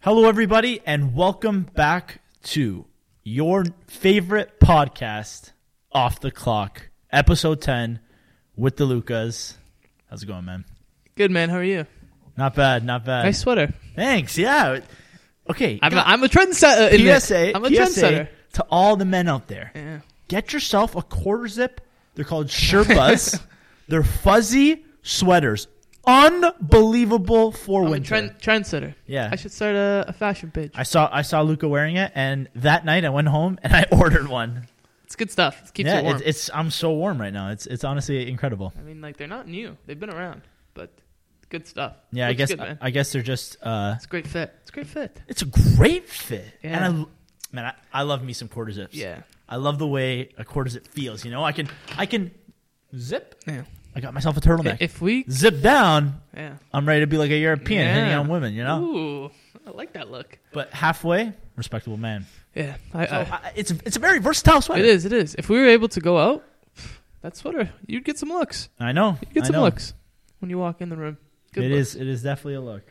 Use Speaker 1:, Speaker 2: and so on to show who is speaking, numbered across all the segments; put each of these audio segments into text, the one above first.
Speaker 1: Hello, everybody, and welcome back to your favorite podcast, Off the Clock, episode 10 with the Lucas. How's it going, man?
Speaker 2: Good man, how are you?
Speaker 1: Not bad, not bad.
Speaker 2: Nice sweater.
Speaker 1: Thanks, yeah. Okay,
Speaker 2: I'm a, I'm a trendsetter. In this.
Speaker 1: PSA,
Speaker 2: I'm a
Speaker 1: PSA
Speaker 2: trendsetter.
Speaker 1: to all the men out there.
Speaker 2: Yeah.
Speaker 1: Get yourself a quarter zip. They're called Sherpas. They're fuzzy sweaters. Unbelievable for
Speaker 2: I'm a
Speaker 1: winter.
Speaker 2: trend trendsetter.
Speaker 1: Yeah.
Speaker 2: I should start a, a fashion page.
Speaker 1: I saw I saw Luca wearing it, and that night I went home and I ordered one.
Speaker 2: It's good stuff. It keeps
Speaker 1: yeah,
Speaker 2: you warm.
Speaker 1: It's, it's I'm so warm right now. It's it's honestly incredible.
Speaker 2: I mean, like they're not new. They've been around, but good stuff.
Speaker 1: Yeah, I
Speaker 2: Looks
Speaker 1: guess
Speaker 2: good, man.
Speaker 1: I guess they're just uh,
Speaker 2: it's a great fit. It's a great fit.
Speaker 1: it's a great fit. And
Speaker 2: Yeah.
Speaker 1: I man, I, I love me some quarter zips.
Speaker 2: Yeah.
Speaker 1: I love the way a quarter zip feels. You know, I can I can zip.
Speaker 2: Yeah.
Speaker 1: I got myself a turtleneck.
Speaker 2: If we,
Speaker 1: zip down.
Speaker 2: yeah.
Speaker 1: I'm ready to be like a European hitting
Speaker 2: Yeah.
Speaker 1: on women. You know,
Speaker 2: Ooh, I like that look.
Speaker 1: but halfway respectable man.
Speaker 2: Yeah, I,
Speaker 1: So
Speaker 2: I-
Speaker 1: I, it's it's a very versatile sweater.
Speaker 2: it is. It is. If we were able to go out, that sweater, you'd get some looks.
Speaker 1: I know.
Speaker 2: You'd get
Speaker 1: I
Speaker 2: some
Speaker 1: know.
Speaker 2: looks when you walk in the room.
Speaker 1: It
Speaker 2: Good
Speaker 1: is.
Speaker 2: looks.
Speaker 1: It is definitely a look.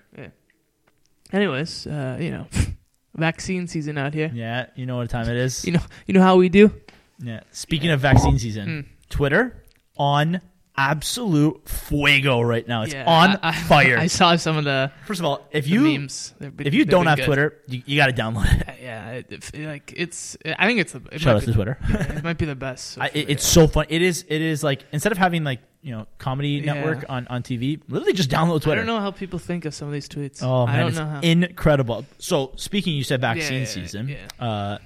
Speaker 2: Anyways, uh, you know, vaccine season out here.
Speaker 1: Yeah, you know what time it is.
Speaker 2: You know, you know Hmm. how we do.
Speaker 1: Yeah. Speaking of vaccine season, Twitter on absolute fuego right now. It's
Speaker 2: Yeah,
Speaker 1: on
Speaker 2: I- I-
Speaker 1: fire.
Speaker 2: I saw some of the,
Speaker 1: First of all, if
Speaker 2: the
Speaker 1: you
Speaker 2: memes. They're be-
Speaker 1: if you
Speaker 2: they've
Speaker 1: don't
Speaker 2: been
Speaker 1: have
Speaker 2: good.
Speaker 1: Twitter, you, you got to download it.
Speaker 2: Uh, yeah, it, if- like it's. I think it's the. It
Speaker 1: Shout out
Speaker 2: might,
Speaker 1: to
Speaker 2: be,
Speaker 1: Twitter.
Speaker 2: it might be the best.
Speaker 1: I, it, it's so fun. It is. It is like instead of having like you know comedy
Speaker 2: Yeah.
Speaker 1: network on on TV, literally just download Twitter.
Speaker 2: I don't know how people think of some of these tweets.
Speaker 1: Oh man,
Speaker 2: I don't
Speaker 1: it's
Speaker 2: know how.
Speaker 1: incredible. So speaking, you said vaccine
Speaker 2: Yeah, yeah,
Speaker 1: season.
Speaker 2: yeah.
Speaker 1: Uh,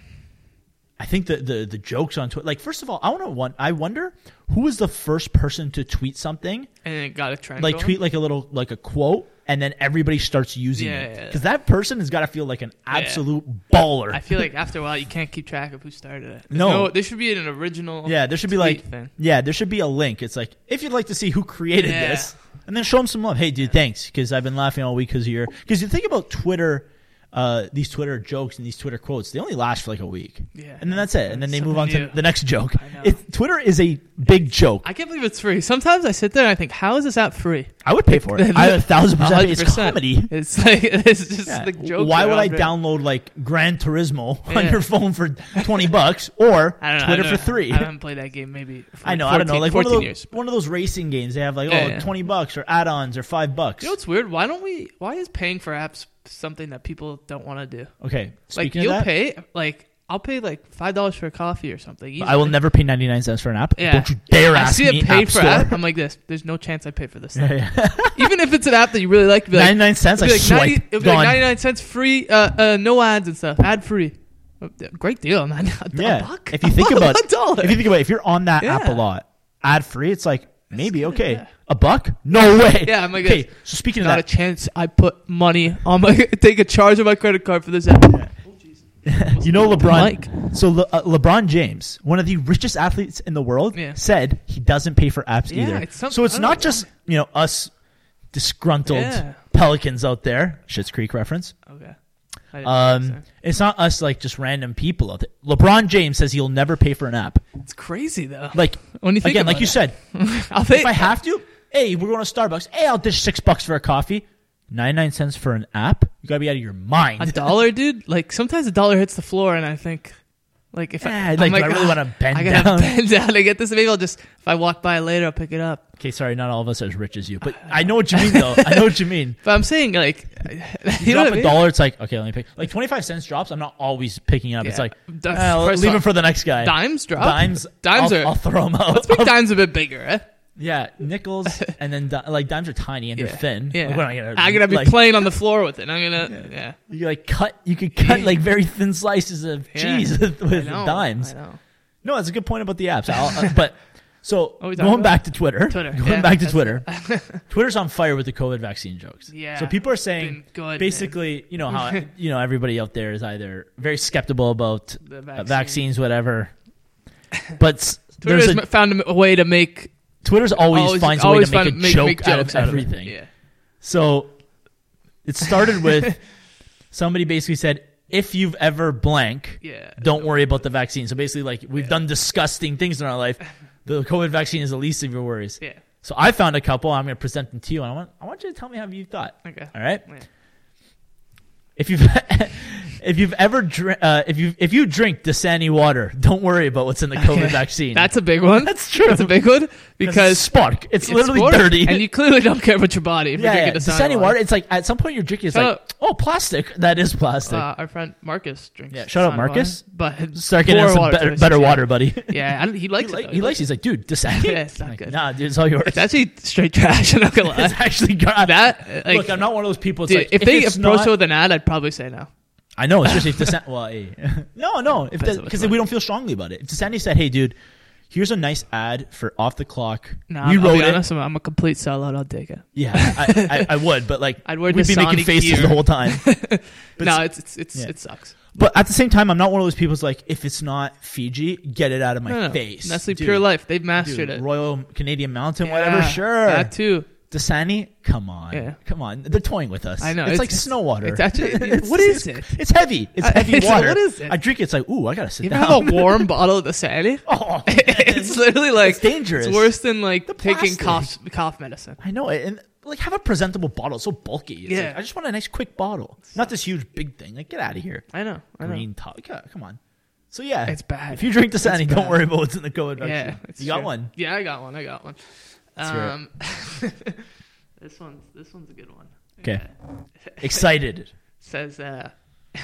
Speaker 1: I think the, the the jokes on Twitter. Like, first of all, I want to. One, I wonder who was the first person to tweet something,
Speaker 2: and it got a trend.
Speaker 1: like
Speaker 2: going.
Speaker 1: tweet like a little like a quote, and then everybody starts using
Speaker 2: Yeah,
Speaker 1: it
Speaker 2: yeah, yeah.
Speaker 1: because that person has got to feel like an absolute baller.
Speaker 2: I feel like after a while you can't keep track of who started it. There's
Speaker 1: No.
Speaker 2: there should be an original.
Speaker 1: yeah, there should be
Speaker 2: tweet
Speaker 1: like
Speaker 2: thing.
Speaker 1: yeah, there should be a link. It's like if you'd like to see who created
Speaker 2: Yeah.
Speaker 1: this, and then show them some love. Hey, dude, thanks because I've been laughing all week because you're because you think about Twitter. Uh, these Twitter jokes and these Twitter quotes, they only last for like a week.
Speaker 2: Yeah.
Speaker 1: And then that's it. And then they
Speaker 2: Something
Speaker 1: move on to
Speaker 2: new.
Speaker 1: the next joke.
Speaker 2: I know.
Speaker 1: It, Twitter is a big joke.
Speaker 2: I can't believe it's free. Sometimes I sit there and I think, how is this app free?
Speaker 1: I would pay for it. I a thousand percent. pay. It's
Speaker 2: 100%.
Speaker 1: comedy.
Speaker 2: It's like it's just
Speaker 1: Yeah.
Speaker 2: like jokes.
Speaker 1: Why
Speaker 2: are
Speaker 1: would
Speaker 2: all
Speaker 1: I
Speaker 2: great.
Speaker 1: download like Gran Turismo on
Speaker 2: Yeah.
Speaker 1: your phone for twenty bucks or
Speaker 2: I don't know, I
Speaker 1: Twitter for
Speaker 2: don't-
Speaker 1: three?
Speaker 2: I haven't played that game maybe. For
Speaker 1: I know,
Speaker 2: 14,
Speaker 1: I don't know. Like one of,
Speaker 2: fourteen
Speaker 1: those,
Speaker 2: years.
Speaker 1: one of those racing games, they have like,
Speaker 2: Yeah,
Speaker 1: oh,
Speaker 2: yeah.
Speaker 1: 20 bucks or add ons or five bucks.
Speaker 2: You know what's weird? Why don't we? Why is paying for apps something that people don't want to do?
Speaker 1: okay.
Speaker 2: Like
Speaker 1: Speaking
Speaker 2: you'll
Speaker 1: of that,
Speaker 2: pay, like I'll pay like five dollars for a coffee or something.
Speaker 1: I will
Speaker 2: easily.
Speaker 1: never pay 99 cents for an app.
Speaker 2: Yeah.
Speaker 1: Don't you dare
Speaker 2: I
Speaker 1: ask
Speaker 2: see
Speaker 1: me
Speaker 2: it paid
Speaker 1: app
Speaker 2: for
Speaker 1: store.
Speaker 2: app. I'm like this. There's no chance I pay for this. Thing.
Speaker 1: Yeah, yeah.
Speaker 2: Even if it's an app that you really like, it'd be like,
Speaker 1: 99 cents, I
Speaker 2: it'd be like,
Speaker 1: swipe.
Speaker 2: it'd be
Speaker 1: gone.
Speaker 2: like 99 cents free, uh, uh, no ads and stuff, ad free. Oh, Great deal, man. A
Speaker 1: yeah.
Speaker 2: buck?
Speaker 1: If you think about
Speaker 2: a dollar.
Speaker 1: if you think about it, if you're on that app a
Speaker 2: Yeah.
Speaker 1: lot, ad free, it's like maybe
Speaker 2: good,
Speaker 1: okay,
Speaker 2: yeah.
Speaker 1: a buck? No way.
Speaker 2: Yeah, I'm like
Speaker 1: okay.
Speaker 2: this.
Speaker 1: So speaking
Speaker 2: Not a
Speaker 1: of that,
Speaker 2: chance. I put money on my take a charge of my credit card for this app.
Speaker 1: you know
Speaker 2: Mike.
Speaker 1: LeBron. So Le, uh, LeBron James, one of the richest athletes in the world,
Speaker 2: Yeah.
Speaker 1: said he doesn't pay for apps
Speaker 2: Yeah,
Speaker 1: either.
Speaker 2: it's some-
Speaker 1: so
Speaker 2: I
Speaker 1: it's
Speaker 2: don't know
Speaker 1: not just you know us disgruntled
Speaker 2: Yeah.
Speaker 1: pelicans out there. Shit's Creek reference.
Speaker 2: Okay. I didn't think
Speaker 1: Um,
Speaker 2: so.
Speaker 1: it's not us like just random people out there. LeBron James says he'll never pay for an app.
Speaker 2: It's crazy though.
Speaker 1: Like
Speaker 2: when you think
Speaker 1: again, like
Speaker 2: about
Speaker 1: you
Speaker 2: it.
Speaker 1: said,
Speaker 2: I'll pay.
Speaker 1: if I have to, hey, we're going to Starbucks. Hey, I'll dish six bucks for a coffee. 99 cents for an app? You gotta be out of your mind.
Speaker 2: a dollar, dude. Like sometimes a dollar hits the floor, and I think, like if
Speaker 1: Yeah,
Speaker 2: I,
Speaker 1: like,
Speaker 2: I'm
Speaker 1: do I really
Speaker 2: "Ah,
Speaker 1: wanna bend
Speaker 2: I gotta
Speaker 1: down?"
Speaker 2: bend down to get this. Maybe I'll just if I walk by later, I'll pick it up.
Speaker 1: Okay, sorry, not all of us are as rich as you, but I know what you mean, though. I know what you mean.
Speaker 2: But I'm saying like,
Speaker 1: You
Speaker 2: you
Speaker 1: drop
Speaker 2: know what I
Speaker 1: a
Speaker 2: mean?
Speaker 1: dollar, it's like, okay, let me pick. Like 25 cents drops, I'm not always picking up. It's
Speaker 2: Yeah.
Speaker 1: like,
Speaker 2: That's-
Speaker 1: eh, I'll
Speaker 2: first
Speaker 1: leave
Speaker 2: off-
Speaker 1: it for the next guy.
Speaker 2: Dimes drop.
Speaker 1: Dimes,
Speaker 2: Dimes
Speaker 1: I'll-
Speaker 2: are.
Speaker 1: I'll throw them out.
Speaker 2: let's make dimes a bit bigger. Eh?
Speaker 1: Yeah, nickels, and then di- like dimes are tiny and they're thin.
Speaker 2: Yeah.
Speaker 1: Like, what am I gonna?
Speaker 2: I'm gonna be
Speaker 1: like,
Speaker 2: playing on the floor with it. I'm gonna. Yeah.
Speaker 1: You like cut. You could cut
Speaker 2: Yeah.
Speaker 1: like very thin slices of
Speaker 2: Yeah.
Speaker 1: cheese with,
Speaker 2: I
Speaker 1: with
Speaker 2: know,
Speaker 1: dimes.
Speaker 2: I know.
Speaker 1: No, that's a good point about the apps. I'll, uh, but so
Speaker 2: What are we
Speaker 1: going
Speaker 2: talking about?
Speaker 1: back to Twitter,
Speaker 2: Twitter,
Speaker 1: going
Speaker 2: yeah,
Speaker 1: back to
Speaker 2: that's-
Speaker 1: Twitter, Twitter's on fire with the COVID vaccine jokes.
Speaker 2: Yeah,
Speaker 1: So people are saying
Speaker 2: been good, man.
Speaker 1: basically, you know how you know everybody out there is either very skeptical about
Speaker 2: The
Speaker 1: uh,
Speaker 2: vaccine.
Speaker 1: vaccines, whatever. But s-
Speaker 2: Twitter's
Speaker 1: there's a,
Speaker 2: m- found a way to make
Speaker 1: Twitter's always, finds a way
Speaker 2: always
Speaker 1: to make a
Speaker 2: find- make,
Speaker 1: joke
Speaker 2: make
Speaker 1: out of
Speaker 2: jokes it.
Speaker 1: everything.
Speaker 2: Yeah.
Speaker 1: So it started with somebody basically said, if you've ever blank,
Speaker 2: Yeah.
Speaker 1: don't worry about the vaccine. So basically, like, we've done disgusting things in our life. The COVID vaccine is the least of your worries.
Speaker 2: Yeah.
Speaker 1: So I found a couple. I'm going to present them to you. And I want, I want you to tell me how you thought.
Speaker 2: Okay.
Speaker 1: All right.
Speaker 2: Yeah.
Speaker 1: If you've if you've ever dr- uh, if you if you drink Dasani water, don't worry about what's in the COVID
Speaker 2: Okay.
Speaker 1: vaccine.
Speaker 2: That's a big one.
Speaker 1: That's true.
Speaker 2: That's a big one
Speaker 1: because
Speaker 2: because
Speaker 1: spark. It's, literally
Speaker 2: water,
Speaker 1: dirty.
Speaker 2: and you clearly don't care about your body if
Speaker 1: yeah,
Speaker 2: you're
Speaker 1: yeah.
Speaker 2: drinking
Speaker 1: Dasani water. It's like at some point you're drinking. It's
Speaker 2: Shut
Speaker 1: like
Speaker 2: up.
Speaker 1: oh, plastic. That is plastic.
Speaker 2: Uh, our friend Marcus drinks.
Speaker 1: Yeah, shout out
Speaker 2: Dasani
Speaker 1: Marcus.
Speaker 2: water, but
Speaker 1: Start getting
Speaker 2: pour
Speaker 1: us some
Speaker 2: water
Speaker 1: better,
Speaker 2: choices,
Speaker 1: better
Speaker 2: yeah.
Speaker 1: water, buddy.
Speaker 2: Yeah, I don't, he
Speaker 1: He,
Speaker 2: likes
Speaker 1: like,
Speaker 2: it. though.
Speaker 1: he likes. it. He's like, dude, Dasani.
Speaker 2: Yeah, it's not
Speaker 1: Like,
Speaker 2: good.
Speaker 1: Nah, dude, it's all yours.
Speaker 2: It's actually straight trash. I'm not gonna lie.
Speaker 1: it's actually gar-
Speaker 2: that like,
Speaker 1: Look, I'm not one of those people. It's
Speaker 2: dude,
Speaker 1: like,
Speaker 2: if, they
Speaker 1: it's
Speaker 2: approached
Speaker 1: not,
Speaker 2: it with an ad, I'd probably say no.
Speaker 1: I know, especially if Dasani. Well, hey. no, no, if
Speaker 2: Depends on which
Speaker 1: because
Speaker 2: one.
Speaker 1: we don't feel strongly about it. If Dasani said, "Hey, dude, here's a nice ad for off the clock,"
Speaker 2: No,
Speaker 1: you
Speaker 2: I'll
Speaker 1: wrote
Speaker 2: be
Speaker 1: it.
Speaker 2: honest, I'm, I'm a complete sellout. I'll take it.
Speaker 1: Yeah, I, I, I would, but like
Speaker 2: I'd wear
Speaker 1: we'd be
Speaker 2: Dasani
Speaker 1: making faces
Speaker 2: gear.
Speaker 1: the whole time. But
Speaker 2: no, it's it's, it's
Speaker 1: yeah.
Speaker 2: it sucks.
Speaker 1: But at the same time, I'm not one of those people. who's like, if it's not Fiji, get it out of my
Speaker 2: no, no.
Speaker 1: face.
Speaker 2: Nestle
Speaker 1: Dude,
Speaker 2: Pure Life, they've
Speaker 1: dude,
Speaker 2: mastered it.
Speaker 1: Royal Canadian Mountain, whatever.
Speaker 2: Yeah,
Speaker 1: Sure,
Speaker 2: that too.
Speaker 1: Dasani, come on,
Speaker 2: Yeah.
Speaker 1: come on. They're toying with us.
Speaker 2: I know,
Speaker 1: It's,
Speaker 2: it's-
Speaker 1: like
Speaker 2: it's-
Speaker 1: snow water.
Speaker 2: It's actually what
Speaker 1: It's-
Speaker 2: is it?
Speaker 1: It's heavy. It's
Speaker 2: I-
Speaker 1: heavy
Speaker 2: it's-
Speaker 1: water.
Speaker 2: what is it?
Speaker 1: I drink it. It's like, ooh, I gotta sit
Speaker 2: You ever
Speaker 1: down.
Speaker 2: have a warm bottle of Dasani?
Speaker 1: oh, man.
Speaker 2: it's literally like
Speaker 1: It's dangerous.
Speaker 2: It's worse than like
Speaker 1: The
Speaker 2: taking
Speaker 1: plastic.
Speaker 2: cough cough medicine.
Speaker 1: I know it. And like, have a presentable bottle. It's so bulky. It's
Speaker 2: Yeah.
Speaker 1: like, I just want a nice, quick bottle, not this huge, big thing. Like, get out of here.
Speaker 2: I know. I know.
Speaker 1: Green top. Yeah, come on. So yeah,
Speaker 2: It's bad.
Speaker 1: If you drink
Speaker 2: It's
Speaker 1: Dasani, don't
Speaker 2: bad.
Speaker 1: worry about what's in the COVID vaccine.
Speaker 2: yeah, it's
Speaker 1: you got
Speaker 2: true.
Speaker 1: one.
Speaker 2: Yeah, I got one. I got one.
Speaker 1: Let's hear it.
Speaker 2: Um, this one's this one's a good one.
Speaker 1: Okay. Excited.
Speaker 2: says uh,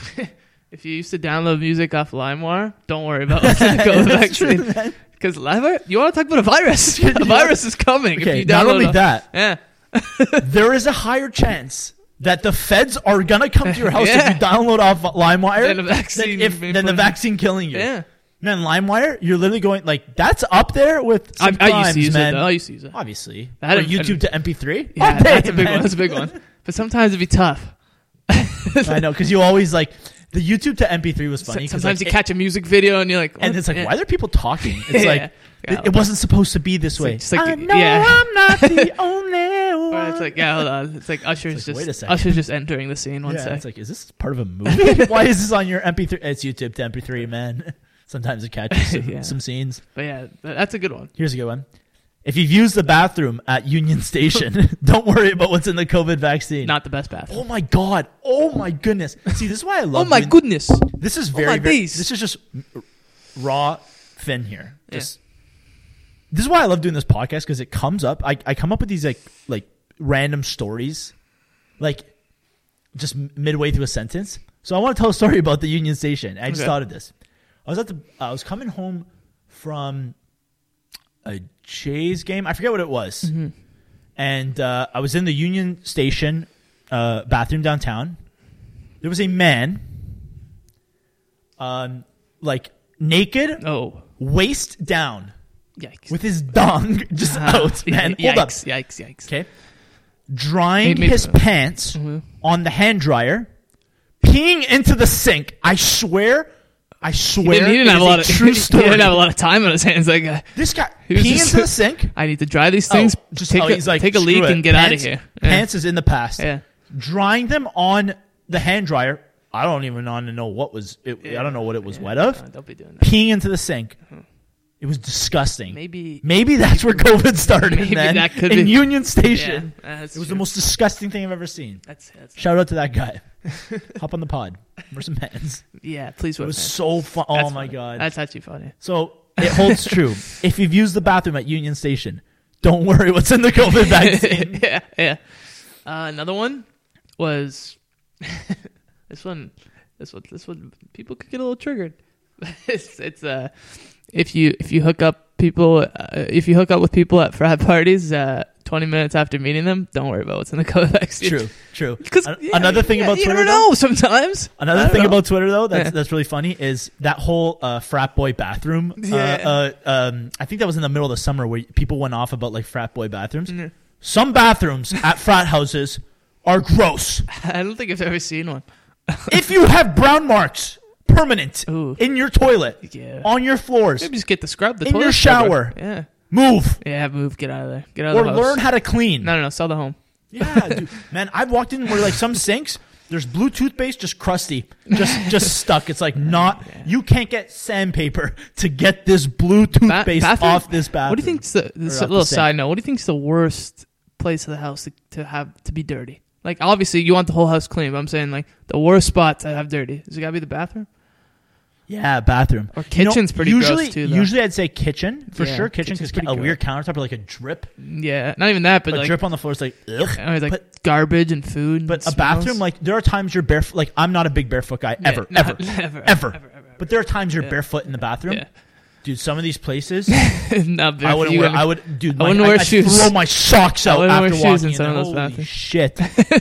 Speaker 2: if you used to download music off LimeWire, don't worry about what's in the COVID vaccine
Speaker 1: man.
Speaker 2: because LimeWire. You want to talk about a virus? a virus is coming. if
Speaker 1: Okay.
Speaker 2: you
Speaker 1: Not
Speaker 2: download
Speaker 1: only
Speaker 2: a-
Speaker 1: that,
Speaker 2: Yeah.
Speaker 1: there is a higher chance that the feds are gonna come to your house
Speaker 2: Yeah.
Speaker 1: if you download off LimeWire
Speaker 2: Than the vaccine
Speaker 1: than, if,
Speaker 2: being
Speaker 1: than the
Speaker 2: put in.
Speaker 1: vaccine killing you.
Speaker 2: Yeah.
Speaker 1: Man, LimeWire, you're literally going like that's up there with
Speaker 2: I,
Speaker 1: some
Speaker 2: I used
Speaker 1: crimes,
Speaker 2: to use
Speaker 1: man.
Speaker 2: it. Though. I used to use it.
Speaker 1: Obviously,
Speaker 2: That
Speaker 1: or
Speaker 2: and-
Speaker 1: YouTube to MP3.
Speaker 2: Yeah,
Speaker 1: Up there,
Speaker 2: that's a big
Speaker 1: Oh, man.
Speaker 2: one. That's a big one. But sometimes it'd be tough.
Speaker 1: I know because you always like the YouTube to MP3 was funny. 'cause,
Speaker 2: sometimes
Speaker 1: like,
Speaker 2: you catch a music video and you're like,
Speaker 1: and
Speaker 2: what?
Speaker 1: it's like,
Speaker 2: Yeah.
Speaker 1: why are there people talking? It's like
Speaker 2: Yeah.
Speaker 1: it, it wasn't supposed to be this
Speaker 2: like-
Speaker 1: way.
Speaker 2: just like
Speaker 1: I
Speaker 2: the-
Speaker 1: know
Speaker 2: yeah.
Speaker 1: I'm not the only
Speaker 2: Or
Speaker 1: one.
Speaker 2: it's like, yeah, hold on. It's like
Speaker 1: It's
Speaker 2: Usher's
Speaker 1: like, wait a
Speaker 2: just
Speaker 1: second.
Speaker 2: Usher's just entering the scene. One
Speaker 1: yeah,
Speaker 2: sec.
Speaker 1: it's like, is this part of a movie? Why is this on your MP3? It's YouTube to MP3, man. Sometimes it catches some,
Speaker 2: Yeah.
Speaker 1: some scenes.
Speaker 2: but yeah, th- that's a good one.
Speaker 1: Here's a good one. If you've used the bathroom at Union Station, don't worry about what's in the COVID vaccine.
Speaker 2: Not the best bath. Oh,
Speaker 1: oh my god! Oh my goodness! See, this is why I love.
Speaker 2: my
Speaker 1: Union-
Speaker 2: goodness.
Speaker 1: This is very,
Speaker 2: my
Speaker 1: very-
Speaker 2: days.
Speaker 1: This is just raw Finn here.
Speaker 2: Yeah.
Speaker 1: Just this is why I love doing this podcast because it comes up. I, I come up with these like like random stories, like just m- midway through a sentence. So I want to tell a story about the Union Station. I just
Speaker 2: Okay.
Speaker 1: thought of this. I was at the I was coming home from a Jays game. I forget what it was,
Speaker 2: Mm-hmm.
Speaker 1: and uh, I was in the Union Station uh, bathroom downtown. There was a man, um, like naked,
Speaker 2: Oh,
Speaker 1: waist down,
Speaker 2: yikes. Uh,
Speaker 1: with his dong just out. Man,
Speaker 2: Uh-huh. yikes,
Speaker 1: hold up.
Speaker 2: Yikes, yikes.
Speaker 1: Okay, drying
Speaker 2: Made me-
Speaker 1: his pants
Speaker 2: Mhm.
Speaker 1: on the hand dryer, peeing into the sink. I swear, I
Speaker 2: He
Speaker 1: swear,
Speaker 2: didn't, he
Speaker 1: it
Speaker 2: didn't have
Speaker 1: is
Speaker 2: a lot of
Speaker 1: true
Speaker 2: He
Speaker 1: story.
Speaker 2: didn't have a lot of time on his hands. Like, uh,
Speaker 1: This guy
Speaker 2: was
Speaker 1: peeing
Speaker 2: just-
Speaker 1: into the sink.
Speaker 2: I need to dry these things.
Speaker 1: Oh, just
Speaker 2: take,
Speaker 1: oh,
Speaker 2: a,
Speaker 1: he's like,
Speaker 2: take a
Speaker 1: "Screw
Speaker 2: leak
Speaker 1: it.
Speaker 2: and get out of
Speaker 1: Pants-
Speaker 2: here. Yeah.
Speaker 1: Pants is in the past.
Speaker 2: Yeah.
Speaker 1: Drying them on the hand dryer. I don't even want to know what was. It, I don't know what it was
Speaker 2: Yeah.
Speaker 1: wet of.
Speaker 2: No, Oh, don't be doing that.
Speaker 1: Peeing into the sink. It was disgusting. Maybe,
Speaker 2: Maybe.
Speaker 1: that's where COVID started.
Speaker 2: Maybe
Speaker 1: man.
Speaker 2: that could
Speaker 1: in
Speaker 2: be-
Speaker 1: Union
Speaker 2: Yeah, uh,
Speaker 1: Station.
Speaker 2: that's
Speaker 1: It was
Speaker 2: true.
Speaker 1: the most disgusting thing I've ever seen.
Speaker 2: That's, that's,
Speaker 1: Shout out to that guy. Hop on the pod. Wear some pants.
Speaker 2: yeah, please
Speaker 1: It
Speaker 2: work.
Speaker 1: was
Speaker 2: man.
Speaker 1: so fun. Oh
Speaker 2: That's
Speaker 1: my
Speaker 2: funny.
Speaker 1: god.
Speaker 2: That's actually funny.
Speaker 1: So it holds true. if you've used the bathroom at Union Station, don't worry what's in the COVID vaccine.
Speaker 2: yeah, yeah. Uh, another one was this one. This one. This one. People could get a little triggered. it's it's uh, if you if you hook up people uh, if you hook up with people at frat parties uh, twenty minutes after meeting them, don't worry about what's in the COVID vaccine.
Speaker 1: True, true.
Speaker 2: Because
Speaker 1: An- another thing about
Speaker 2: you
Speaker 1: Twitter,
Speaker 2: never
Speaker 1: though-
Speaker 2: know. Sometimes I
Speaker 1: another
Speaker 2: don't
Speaker 1: thing
Speaker 2: know. Eh.
Speaker 1: about Twitter though that's
Speaker 2: Yeah.
Speaker 1: that's really funny is that whole uh, frat boy bathroom. Uh,
Speaker 2: Yeah.
Speaker 1: uh, um, I think that was in the middle of the summer where people went off about like frat boy bathrooms.
Speaker 2: Yeah.
Speaker 1: Some bathrooms at frat houses are gross.
Speaker 2: I don't think I've ever seen one.
Speaker 1: if you have brown marks permanent
Speaker 2: Ooh.
Speaker 1: in your toilet,
Speaker 2: Yeah.
Speaker 1: on your floors,
Speaker 2: Maybe just get the scrub. The
Speaker 1: In your
Speaker 2: toilet
Speaker 1: shower.
Speaker 2: scrubber. Yeah.
Speaker 1: move
Speaker 2: Yeah. Move. Get out of there. Get out
Speaker 1: or
Speaker 2: of the house.
Speaker 1: learn how to clean.
Speaker 2: no, no, no. Sell the home.
Speaker 1: Yeah, dude. man, I've walked in where like some sinks, there's blue toothpaste, just crusty, just just stuck. It's like not you can't get sandpaper to get this blue
Speaker 2: Ba-
Speaker 1: toothpaste
Speaker 2: bathroom?
Speaker 1: off this bathroom.
Speaker 2: What do you think's the this
Speaker 1: Or
Speaker 2: a
Speaker 1: off the
Speaker 2: little
Speaker 1: sink.
Speaker 2: side note? What do you think's the worst place of the house to, to have to be dirty? Like obviously you want the whole house clean, but I'm saying like the worst spots that have dirty. Is it gotta be the bathroom?
Speaker 1: Yeah, bathroom
Speaker 2: Or
Speaker 1: You know,
Speaker 2: kitchen's pretty gross,
Speaker 1: usually,
Speaker 2: too, though.
Speaker 1: Usually, I'd say kitchen for
Speaker 2: Yeah,
Speaker 1: sure. Kitchen
Speaker 2: kitchen's
Speaker 1: because
Speaker 2: pretty
Speaker 1: a weird countertop or like a drip,
Speaker 2: Yeah. Not even that, but
Speaker 1: a
Speaker 2: like,
Speaker 1: drip on the floor is like ugh.
Speaker 2: I was like
Speaker 1: but
Speaker 2: garbage and food.
Speaker 1: but a bathroom, like there are times you're barefoot. Like I'm not a big barefoot guy ever, ever,
Speaker 2: ever,
Speaker 1: ever.
Speaker 2: ever, ever.
Speaker 1: But there are times you're
Speaker 2: Yeah.
Speaker 1: barefoot in the bathroom,
Speaker 2: Yeah.
Speaker 1: dude. Some of these places,
Speaker 2: Not
Speaker 1: I
Speaker 2: barefoot.
Speaker 1: wouldn't
Speaker 2: You
Speaker 1: wear.
Speaker 2: wouldn't-
Speaker 1: I would, dude.
Speaker 2: I wouldn't
Speaker 1: my,
Speaker 2: wear
Speaker 1: I,
Speaker 2: shoes.
Speaker 1: I throw my socks out
Speaker 2: wouldn't wear
Speaker 1: after
Speaker 2: shoes
Speaker 1: walking
Speaker 2: in some
Speaker 1: in.
Speaker 2: of
Speaker 1: There.
Speaker 2: those
Speaker 1: Holy
Speaker 2: bathrooms.
Speaker 1: shit!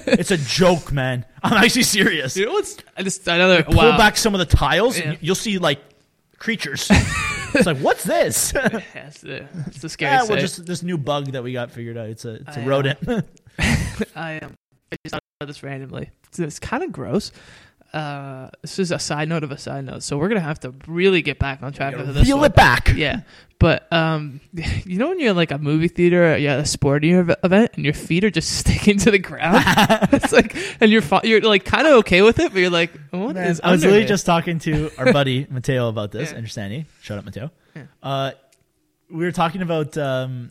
Speaker 1: it's a joke, man. I'm actually serious.
Speaker 2: Dude, what's I just another
Speaker 1: Pull
Speaker 2: wow.
Speaker 1: back some of the tiles,
Speaker 2: Yeah.
Speaker 1: and you'll see like creatures. it's like what's this?
Speaker 2: That's the, that's the scary
Speaker 1: yeah, well,
Speaker 2: side.
Speaker 1: just this new bug that we got figured out. It's a it's a
Speaker 2: I, uh,
Speaker 1: rodent.
Speaker 2: I um, I just thought about this randomly. It's, kind of gross. Uh, this is a side note of a side note, so we're gonna have to really get back on track with this.
Speaker 1: Peel
Speaker 2: one.
Speaker 1: it back.
Speaker 2: Yeah, but um, you know when you're in, like a movie theater, or, yeah, a sporting ev- event, and your feet are just sticking to the ground. it's like, and you're fi- you're like kind of okay with it, but you're like, what
Speaker 1: Man,
Speaker 2: is
Speaker 1: I was
Speaker 2: under
Speaker 1: literally
Speaker 2: there?
Speaker 1: just talking to our buddy Mateo about this.
Speaker 2: Yeah.
Speaker 1: and Understanding? Shout out Mateo.
Speaker 2: Yeah.
Speaker 1: Uh, we were talking about. Um,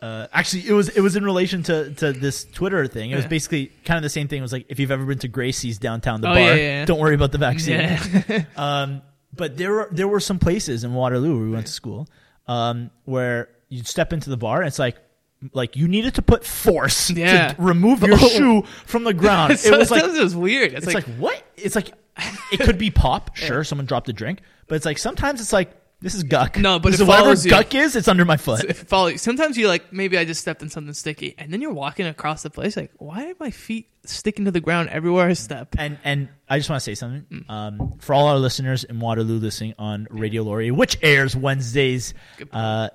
Speaker 1: uh, actually, it was it was in relation to, to this Twitter thing. It was
Speaker 2: Yeah.
Speaker 1: basically kind of the same thing. It was like if you've ever been to Gracie's downtown, the
Speaker 2: Oh,
Speaker 1: bar,
Speaker 2: yeah, yeah, yeah.
Speaker 1: don't worry about the vaccine.
Speaker 2: yeah.
Speaker 1: Um, but there were there were some places in Waterloo where we went to school um, where you'd step into the bar and it's like like you needed to put force
Speaker 2: Yeah.
Speaker 1: to remove your
Speaker 2: Oh.
Speaker 1: shoe from the ground.
Speaker 2: so
Speaker 1: it was like
Speaker 2: it was weird. It's,
Speaker 1: it's
Speaker 2: like,
Speaker 1: like, what? It's like it could be pop. Sure, someone dropped a drink, but it's like sometimes it's like this is guck.
Speaker 2: No, but
Speaker 1: This
Speaker 2: it
Speaker 1: is whatever
Speaker 2: follows you.
Speaker 1: guck is, it's under my foot.
Speaker 2: if it follows- Sometimes you like maybe I just stepped in something sticky, and then you're walking across the place like, why are my feet sticking to the ground everywhere I step?
Speaker 1: And and I just want to say something um, for all our listeners in Waterloo listening on Radio Laurie, which airs Wednesdays, uh,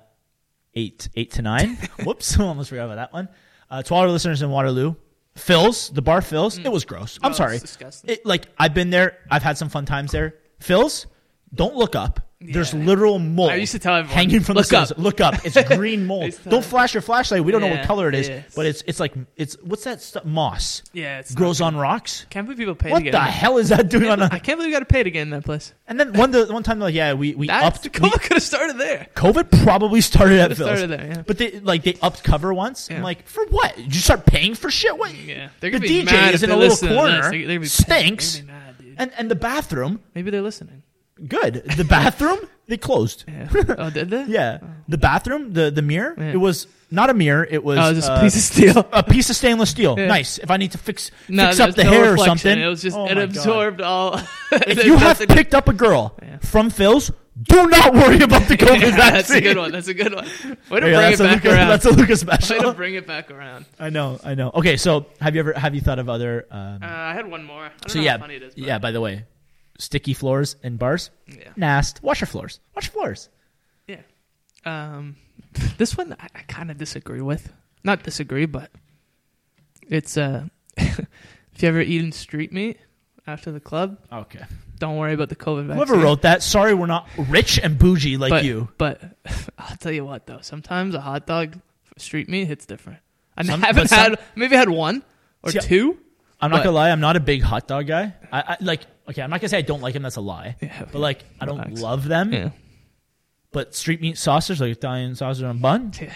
Speaker 1: eight eight to nine. Whoops, almost forgot about that one. Uh, to all our listeners in Waterloo, Phils, the bar Phils, it was gross. I'm
Speaker 2: Mm. Oh, it's
Speaker 1: sorry,
Speaker 2: disgusting.
Speaker 1: It, like I've been there, I've had some fun times there. Phils, don't look up. There's
Speaker 2: Yeah.
Speaker 1: literal mold.
Speaker 2: I used to tell everyone,
Speaker 1: hanging from
Speaker 2: "Look
Speaker 1: the stairs.
Speaker 2: up."
Speaker 1: Look up. It's green mold.
Speaker 2: used to tell
Speaker 1: don't flash your flashlight. We don't know
Speaker 2: Yeah,
Speaker 1: what color it is,
Speaker 2: yeah.
Speaker 1: but it's it's like it's what's that stuff? Moss
Speaker 2: Yeah, it's
Speaker 1: grows on rocks.
Speaker 2: Can't believe people pay
Speaker 1: What
Speaker 2: to
Speaker 1: the
Speaker 2: get in.
Speaker 1: hell is that doing on
Speaker 2: I
Speaker 1: a?
Speaker 2: can't believe you got to pay to get in that place.
Speaker 1: And then one the one time they're like, yeah, we we
Speaker 2: That's
Speaker 1: upped
Speaker 2: the
Speaker 1: we-
Speaker 2: COVID could have started there.
Speaker 1: COVID probably started at
Speaker 2: Could've
Speaker 1: Phil's.
Speaker 2: started there, yeah.
Speaker 1: But they like they upped cover once.
Speaker 2: Yeah.
Speaker 1: I'm like, for what? Did you start paying for shit? What?
Speaker 2: Yeah, they're
Speaker 1: the
Speaker 2: gonna be
Speaker 1: DJ
Speaker 2: mad
Speaker 1: is
Speaker 2: if
Speaker 1: in a
Speaker 2: they
Speaker 1: little
Speaker 2: listen to this.
Speaker 1: corner,
Speaker 2: They're- they're gonna be pissed. They're
Speaker 1: stinks,
Speaker 2: gonna be mad, dude.
Speaker 1: and and the bathroom,
Speaker 2: Maybe they're listening.
Speaker 1: good. The bathroom they closed.
Speaker 2: Yeah. Oh, did they?
Speaker 1: Yeah, the bathroom, the the mirror.
Speaker 2: Yeah.
Speaker 1: It was not a mirror. It was
Speaker 2: Oh, just a
Speaker 1: uh,
Speaker 2: piece of steel.
Speaker 1: a piece of stainless steel.
Speaker 2: Yeah.
Speaker 1: Nice. If I need to fix
Speaker 2: No,
Speaker 1: fix
Speaker 2: there's
Speaker 1: up the
Speaker 2: no
Speaker 1: hair or
Speaker 2: reflection.
Speaker 1: something,
Speaker 2: It was just
Speaker 1: Oh
Speaker 2: it
Speaker 1: my God.
Speaker 2: absorbed all.
Speaker 1: If you have picked up a girl
Speaker 2: Yeah.
Speaker 1: from Phil's, do not worry about the COVID vaccine.
Speaker 2: that's a good one. That's a good one. Way to
Speaker 1: Yeah,
Speaker 2: bring it
Speaker 1: that's, a
Speaker 2: back
Speaker 1: Lucas,
Speaker 2: around.
Speaker 1: that's a Lucas
Speaker 2: Way to
Speaker 1: special.
Speaker 2: bring it back around.
Speaker 1: I know, I know. Okay, so have you ever have you thought of other? Um,
Speaker 2: Uh, I had one more. I don't
Speaker 1: so
Speaker 2: know
Speaker 1: yeah,
Speaker 2: how funny it is. But,
Speaker 1: yeah. By the way, sticky floors and bars.
Speaker 2: yeah.
Speaker 1: Nast. Wash your floors. Wash your floors.
Speaker 2: Yeah. Um, this one I, I kind of disagree with. Not disagree, but it's uh, if you ever eaten street meat after the club,
Speaker 1: Okay.
Speaker 2: don't worry about the COVID vaccine.
Speaker 1: Whoever wrote that, sorry, we're not rich and bougie like
Speaker 2: but,
Speaker 1: you.
Speaker 2: But I'll tell you what, though, sometimes a hot dog for street meat hits different. I
Speaker 1: Some-
Speaker 2: haven't
Speaker 1: but some-
Speaker 2: had maybe had one or
Speaker 1: See,
Speaker 2: two.
Speaker 1: I'm not
Speaker 2: but-
Speaker 1: gonna lie. I'm not a big hot dog guy. I, I like. Okay, I'm not gonna say I don't like him. That's a lie.
Speaker 2: Yeah.
Speaker 1: But like, I don't
Speaker 2: Relax.
Speaker 1: love them.
Speaker 2: Yeah.
Speaker 1: But street meat sausage, like Italian sausage on a bun.
Speaker 2: Yeah.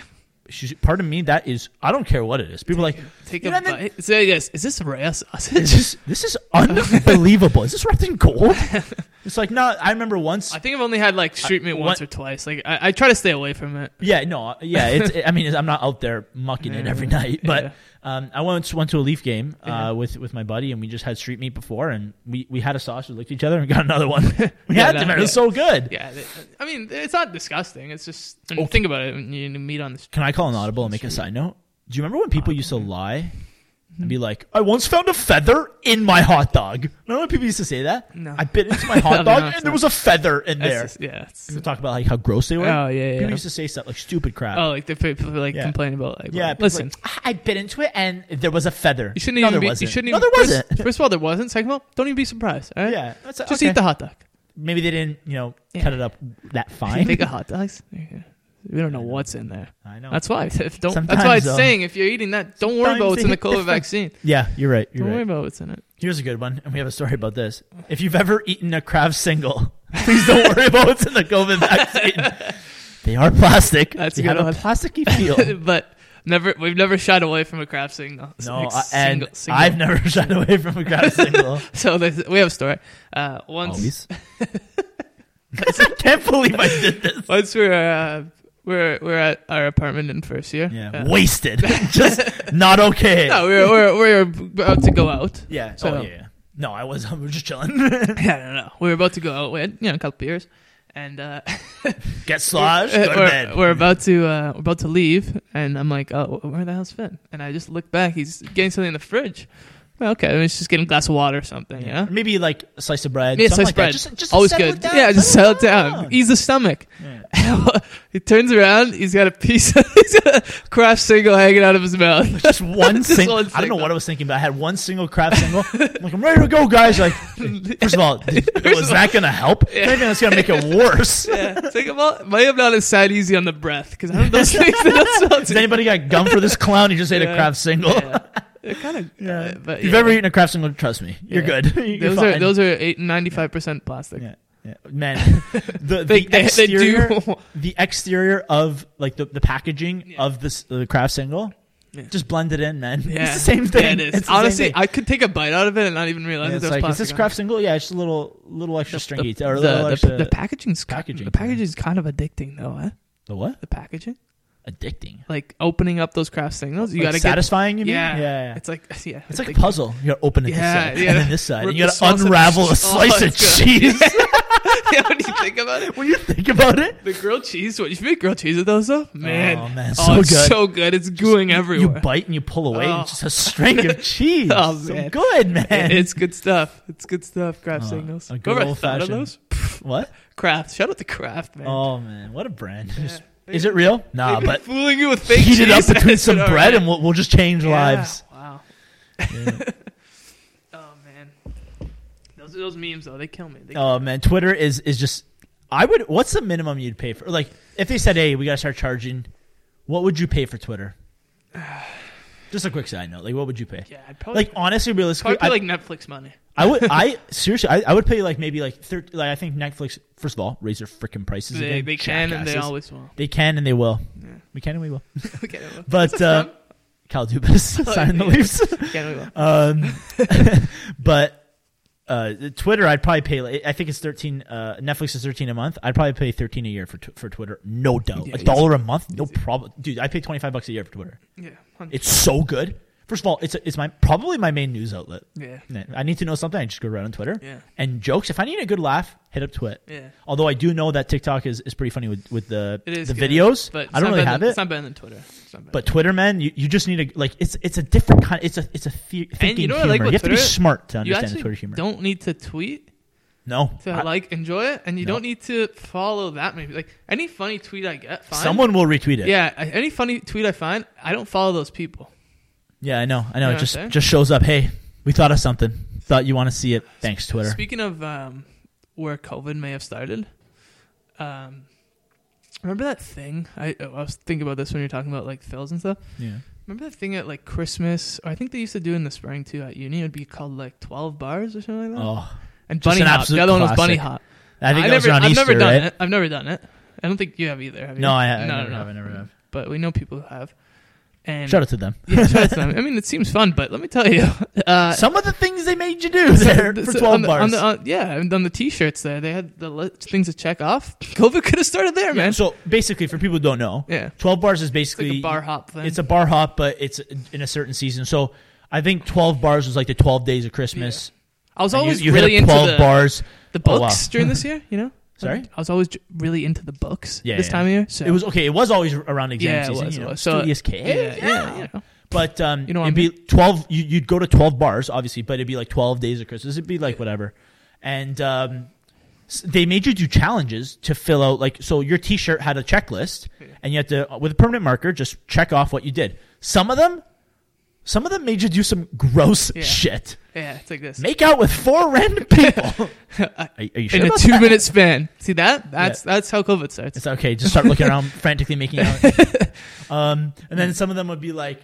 Speaker 1: She's, pardon me. That is. I don't care what it is. People are like.
Speaker 2: Take
Speaker 1: You
Speaker 2: a
Speaker 1: know, and then-
Speaker 2: bite. Say yes. Is this rare sausage?
Speaker 1: this is this is unbelievable. Is this wrapped in gold? It's like no. I remember once.
Speaker 2: I think I've only had like street meat
Speaker 1: I-
Speaker 2: once
Speaker 1: what-
Speaker 2: or twice. Like I, I try to stay away from it.
Speaker 1: Yeah, no, yeah. It's. I mean, I'm not out there mucking it every night, but
Speaker 2: Yeah.
Speaker 1: um, I once went to a Leaf game uh,
Speaker 2: Yeah.
Speaker 1: with with my buddy, and we just had street meat before, and we we had a sausage, looked at each other, and got another one. we
Speaker 2: Yeah,
Speaker 1: had
Speaker 2: no,
Speaker 1: to, man. It was
Speaker 2: yeah.
Speaker 1: so good.
Speaker 2: Yeah, th- I mean it's not disgusting. It's just when you
Speaker 1: Okay.
Speaker 2: think about it. When you meet on the street.
Speaker 1: Can I call an audible and make a side note? Do you remember when people used to lie and
Speaker 2: Hmm.
Speaker 1: be like, "I once found a feather in my hot dog"? Remember when people used to say that?
Speaker 2: No.
Speaker 1: I bit into my
Speaker 2: No,
Speaker 1: hot
Speaker 2: no,
Speaker 1: dog,
Speaker 2: it's
Speaker 1: and there
Speaker 2: not.
Speaker 1: was a feather in
Speaker 2: That's
Speaker 1: there.
Speaker 2: just- yeah. It's,
Speaker 1: We talk about like how gross they were.
Speaker 2: Oh, yeah,
Speaker 1: People
Speaker 2: yeah.
Speaker 1: used to say stuff like stupid crap.
Speaker 2: oh, like the people like
Speaker 1: Yeah.
Speaker 2: complain about like.
Speaker 1: yeah.
Speaker 2: well,
Speaker 1: people
Speaker 2: listen,
Speaker 1: like, "Ah, I bit into it and there was a feather.
Speaker 2: you shouldn't
Speaker 1: no,
Speaker 2: even
Speaker 1: there
Speaker 2: be.
Speaker 1: Wasn't.
Speaker 2: You shouldn't
Speaker 1: No,
Speaker 2: even.
Speaker 1: there
Speaker 2: first,
Speaker 1: wasn't.
Speaker 2: First of all, there wasn't. Second of all, don't even be surprised. All right.
Speaker 1: yeah. That's,
Speaker 2: Just
Speaker 1: okay.
Speaker 2: eat the hot dog.
Speaker 1: Maybe they didn't, you know,
Speaker 2: Yeah.
Speaker 1: cut it up that fine.
Speaker 2: Take a hot dog. We don't know what's in there.
Speaker 1: I know.
Speaker 2: That's why. If don't, that's
Speaker 1: Sometimes,
Speaker 2: why it's
Speaker 1: though.
Speaker 2: saying if you're eating that, don't worry about
Speaker 1: Sometimes they
Speaker 2: what's in the
Speaker 1: hit
Speaker 2: COVID
Speaker 1: different.
Speaker 2: vaccine.
Speaker 1: yeah, you're right. You're
Speaker 2: Don't worry
Speaker 1: right.
Speaker 2: about what's in it.
Speaker 1: Here's a good one, and we have a story about this. If you've ever eaten a Kraft single, please don't worry about what's in the COVID vaccine. They are plastic.
Speaker 2: That's a
Speaker 1: they
Speaker 2: good
Speaker 1: have
Speaker 2: one.
Speaker 1: a plasticky feel.
Speaker 2: but Never, we've never shied away from a crap signal.
Speaker 1: No,
Speaker 2: Like
Speaker 1: I- and
Speaker 2: single- single.
Speaker 1: I've never shied away from a crowd single.
Speaker 2: So there's, we have a story. Uh, once,
Speaker 1: Always. I can't believe I did this.
Speaker 2: once we were uh, we we're we we're at our apartment in first year.
Speaker 1: Yeah,
Speaker 2: Uh,
Speaker 1: wasted. Just not okay.
Speaker 2: no, we were, we were we were about to go out.
Speaker 1: Yeah.
Speaker 2: So-
Speaker 1: oh yeah, yeah. No, I was. I was just chilling.
Speaker 2: Yeah, no, no, we were about to go out. We had you know a couple beers, and uh,
Speaker 1: Get sloshed.
Speaker 2: Uh,
Speaker 1: Go to
Speaker 2: we're,
Speaker 1: bed.
Speaker 2: we're about to uh, we're about to leave, and I'm like, oh, where the hell's Finn? And I just look back. He's getting something in the fridge. Well, okay, I mean, he's just getting a glass of water or something. Yeah,
Speaker 1: Maybe like a slice of bread.
Speaker 2: yeah,
Speaker 1: something like
Speaker 2: sliced
Speaker 1: that.
Speaker 2: bread.
Speaker 1: Just, just
Speaker 2: Always
Speaker 1: settle
Speaker 2: good.
Speaker 1: it down,
Speaker 2: yeah, just settle it down.
Speaker 1: down.
Speaker 2: Ease the stomach.
Speaker 1: Yeah.
Speaker 2: he turns around. He's got a piece. Of, he's got a craft single hanging out of his mouth.
Speaker 1: Just one
Speaker 2: Just
Speaker 1: single.
Speaker 2: one
Speaker 1: I don't know
Speaker 2: single.
Speaker 1: what I was thinking, but I had one single crap single. I'm like, I'm ready to go, guys. Like, first of all, did- was
Speaker 2: of
Speaker 1: that going to help? If anything, that's going to make it worse.
Speaker 2: yeah, think about. Might have not as sad easy on the breath because I don't know those things. They don't smell
Speaker 1: Has anybody got gum for this clown? He just ate a
Speaker 2: Yeah.
Speaker 1: craft single.
Speaker 2: Yeah. They're kind of.
Speaker 1: Yeah.
Speaker 2: Yeah, but
Speaker 1: If you've
Speaker 2: yeah.
Speaker 1: ever eaten a craft single, trust me, you're
Speaker 2: Yeah.
Speaker 1: good. You're
Speaker 2: those are
Speaker 1: fine.
Speaker 2: those are eight, 95% plastic.
Speaker 1: Yeah. Yeah. Man, the,
Speaker 2: They,
Speaker 1: the
Speaker 2: they, they
Speaker 1: exterior,
Speaker 2: do.
Speaker 1: the exterior of like the, the packaging
Speaker 2: Yeah.
Speaker 1: of this the craft single,
Speaker 2: Yeah.
Speaker 1: just blend it in, man. It's the same thing.
Speaker 2: Yeah, it is.
Speaker 1: It's the same
Speaker 2: Honestly,
Speaker 1: thing.
Speaker 2: I could take a bite out of it and not even
Speaker 1: Yeah,
Speaker 2: realize that
Speaker 1: it's
Speaker 2: there's
Speaker 1: like, is
Speaker 2: plastic.
Speaker 1: this
Speaker 2: on
Speaker 1: craft
Speaker 2: it.
Speaker 1: single? Yeah, it's just a little little extra stringy or a
Speaker 2: the,
Speaker 1: little
Speaker 2: the,
Speaker 1: extra.
Speaker 2: the packaging's
Speaker 1: packaging,
Speaker 2: packaging.
Speaker 1: yeah.
Speaker 2: The packaging's kind of addicting, though. Huh?
Speaker 1: the what?
Speaker 2: The packaging,
Speaker 1: Addicting.
Speaker 2: like opening up those craft singles, you
Speaker 1: Like
Speaker 2: gotta
Speaker 1: satisfying.
Speaker 2: get.
Speaker 1: you mean?
Speaker 2: Yeah,
Speaker 1: yeah. yeah.
Speaker 2: It's like yeah,
Speaker 1: It's like a puzzle. You gotta open it this
Speaker 2: Yeah,
Speaker 1: side
Speaker 2: yeah.
Speaker 1: and then this side.
Speaker 2: Rip
Speaker 1: and you
Speaker 2: the
Speaker 1: gotta
Speaker 2: sauce and-
Speaker 1: unravel
Speaker 2: Oh,
Speaker 1: a slice of
Speaker 2: it's good.
Speaker 1: cheese.
Speaker 2: yeah, when you think about it,
Speaker 1: when you think about it,
Speaker 2: the grilled cheese. What you make grilled cheese with those though? Man,
Speaker 1: Oh, man,
Speaker 2: Oh,
Speaker 1: so
Speaker 2: it's
Speaker 1: good.
Speaker 2: so good. It's gooing
Speaker 1: you
Speaker 2: everywhere.
Speaker 1: bite and you pull away. And
Speaker 2: Oh.
Speaker 1: it's just a string of cheese.
Speaker 2: Oh,
Speaker 1: So
Speaker 2: man.
Speaker 1: good, man.
Speaker 2: It- it's good stuff. It's good stuff. Craft
Speaker 1: Oh,
Speaker 2: singles.
Speaker 1: a good
Speaker 2: Remember I
Speaker 1: old
Speaker 2: thought of
Speaker 1: fashioned-
Speaker 2: those?
Speaker 1: what?
Speaker 2: Craft. Shout out to Craft, man.
Speaker 1: Oh man, what a brand!
Speaker 2: Yeah.
Speaker 1: Is it real? Nah,
Speaker 2: They've been
Speaker 1: but
Speaker 2: fooling you with fake
Speaker 1: heat it up
Speaker 2: cheese
Speaker 1: between some
Speaker 2: and-
Speaker 1: bread and we'll, we'll just change lives.
Speaker 2: Yeah, Wow.
Speaker 1: Yeah.
Speaker 2: Oh man. Those those memes though, they kill me. They
Speaker 1: Oh man, Twitter is is just. I would. What's the minimum you'd pay for? Like, if they said, "Hey, we gotta start charging," what would you pay for Twitter? Just a quick side note. Like, what would you pay?
Speaker 2: yeah, I'd probably
Speaker 1: Like, honestly, realistically,
Speaker 2: probably
Speaker 1: I,
Speaker 2: like Netflix money.
Speaker 1: I would. I seriously, I, I would pay like maybe like thirty. Like, I think Netflix. First of all, raise their freaking prices.
Speaker 2: They,
Speaker 1: again,
Speaker 2: they can and they
Speaker 1: jackasses.
Speaker 2: always will.
Speaker 1: They can and they will.
Speaker 2: Yeah.
Speaker 1: We can and we will.
Speaker 2: okay, they will.
Speaker 1: But uh, Cal Dubas signed the
Speaker 2: yeah.
Speaker 1: Leafs.
Speaker 2: Can we will.
Speaker 1: Um, but uh, Twitter, I'd probably pay. like, I think it's thirteen. Uh, Netflix is thirteen a month. I'd probably pay thirteen a year for tw- for Twitter. No doubt,
Speaker 2: Yeah,
Speaker 1: a
Speaker 2: easy.
Speaker 1: dollar a month, no
Speaker 2: Easy.
Speaker 1: problem, dude. I pay twenty five bucks a year for Twitter.
Speaker 2: Yeah. hun-
Speaker 1: It's so good. First of all, it's it's my probably my main news outlet.
Speaker 2: yeah.
Speaker 1: I need to know something. I just go right on Twitter.
Speaker 2: Yeah.
Speaker 1: And jokes. If I need a good laugh, hit up Twit.
Speaker 2: Yeah.
Speaker 1: Although I do know that TikTok is, is pretty funny with, with the
Speaker 2: It is
Speaker 1: the
Speaker 2: good,
Speaker 1: videos.
Speaker 2: but it's
Speaker 1: I don't
Speaker 2: not
Speaker 1: really
Speaker 2: better
Speaker 1: have
Speaker 2: than,
Speaker 1: it.
Speaker 2: It's not better than Twitter. It's not better.
Speaker 1: But Twitter, man, you, you just need to like it's it's a different kind. It's a it's a the- thinking
Speaker 2: you know what I
Speaker 1: humor.
Speaker 2: like
Speaker 1: you
Speaker 2: about
Speaker 1: have to be
Speaker 2: Twitter?
Speaker 1: smart to
Speaker 2: you
Speaker 1: understand the
Speaker 2: actually
Speaker 1: Twitter humor.
Speaker 2: don't need to tweet
Speaker 1: no,
Speaker 2: to
Speaker 1: I-
Speaker 2: like enjoy it, and you
Speaker 1: No.
Speaker 2: don't need to follow that many. Like any funny tweet I get, fine.
Speaker 1: someone will retweet it.
Speaker 2: yeah, I- any funny tweet I find, I don't follow those people.
Speaker 1: yeah, I know, I know.
Speaker 2: You know
Speaker 1: it
Speaker 2: what
Speaker 1: just
Speaker 2: I'm saying?
Speaker 1: just shows up. Hey, we thought of something. Thought you want to see it. Thanks, Twitter.
Speaker 2: Speaking of um, where COVID may have started, um, remember that thing? I, oh, I was thinking about this when you're talking about like fills and stuff.
Speaker 1: yeah,
Speaker 2: Remember that thing at like Christmas, or I think they used to do in the spring too at uni. It would be called like twelve bars or something like that.
Speaker 1: oh,
Speaker 2: and
Speaker 1: just
Speaker 2: bunny
Speaker 1: an
Speaker 2: hop.
Speaker 1: absolute
Speaker 2: The other one was bunny
Speaker 1: classic.
Speaker 2: hop.
Speaker 1: I think that
Speaker 2: never,
Speaker 1: was around
Speaker 2: I've
Speaker 1: Easter,
Speaker 2: never done
Speaker 1: right?
Speaker 2: it. I've never done it. I don't think you have either. Have you?
Speaker 1: No, I, I
Speaker 2: No,
Speaker 1: never
Speaker 2: no,
Speaker 1: have.
Speaker 2: no.
Speaker 1: I never have.
Speaker 2: But we know people who have. And
Speaker 1: Shout out to them.
Speaker 2: Yeah, shout out to them. I mean, it seems fun, but let me tell you, uh,
Speaker 1: Some of the things they made you do
Speaker 2: so-
Speaker 1: there
Speaker 2: so
Speaker 1: for twelve
Speaker 2: on the,
Speaker 1: bars.
Speaker 2: On the, on, yeah, and on the t-shirts there, they had the li- things to check off. COVID could have started there, man.
Speaker 1: So basically, for people who don't know,
Speaker 2: Yeah,
Speaker 1: twelve bars is
Speaker 2: it's like
Speaker 1: basically
Speaker 2: a bar hop thing.
Speaker 1: It's a bar hop, but it's in a certain season. So I think twelve bars was like the twelve days of Christmas.
Speaker 2: I was
Speaker 1: And you-
Speaker 2: always
Speaker 1: you,
Speaker 2: really
Speaker 1: hit up
Speaker 2: into
Speaker 1: twelve
Speaker 2: the,
Speaker 1: bars.
Speaker 2: the
Speaker 1: Oh,
Speaker 2: books
Speaker 1: wow.
Speaker 2: during this year. You know,
Speaker 1: Sorry?
Speaker 2: I was always j- really into the books.
Speaker 1: Yeah,
Speaker 2: this
Speaker 1: yeah.
Speaker 2: time of year, so
Speaker 1: It was okay. It was always around exam
Speaker 2: yeah, it
Speaker 1: season.
Speaker 2: was,
Speaker 1: you
Speaker 2: it
Speaker 1: know,
Speaker 2: was. So
Speaker 1: studious kid.
Speaker 2: yeah, yeah, you know.
Speaker 1: But um,
Speaker 2: You know what
Speaker 1: it'd
Speaker 2: I
Speaker 1: be twelve. You, you'd go to twelve bars, obviously, but it'd be like twelve days of Christmas. It'd be like whatever, and um, s- they made you do challenges to fill out. Like, so your T-shirt had a checklist, and you had to, uh, with a permanent marker, just check off what you did. Some of them, some of them made you do some gross
Speaker 2: Yeah.
Speaker 1: shit.
Speaker 2: Yeah, it's like this.
Speaker 1: Make out with four random people. are, are you sure
Speaker 2: in a
Speaker 1: about
Speaker 2: two
Speaker 1: that?
Speaker 2: minute span. See that? That's that's how COVID starts.
Speaker 1: It's okay. Just start looking around, frantically making out. Um, and then some of them would be like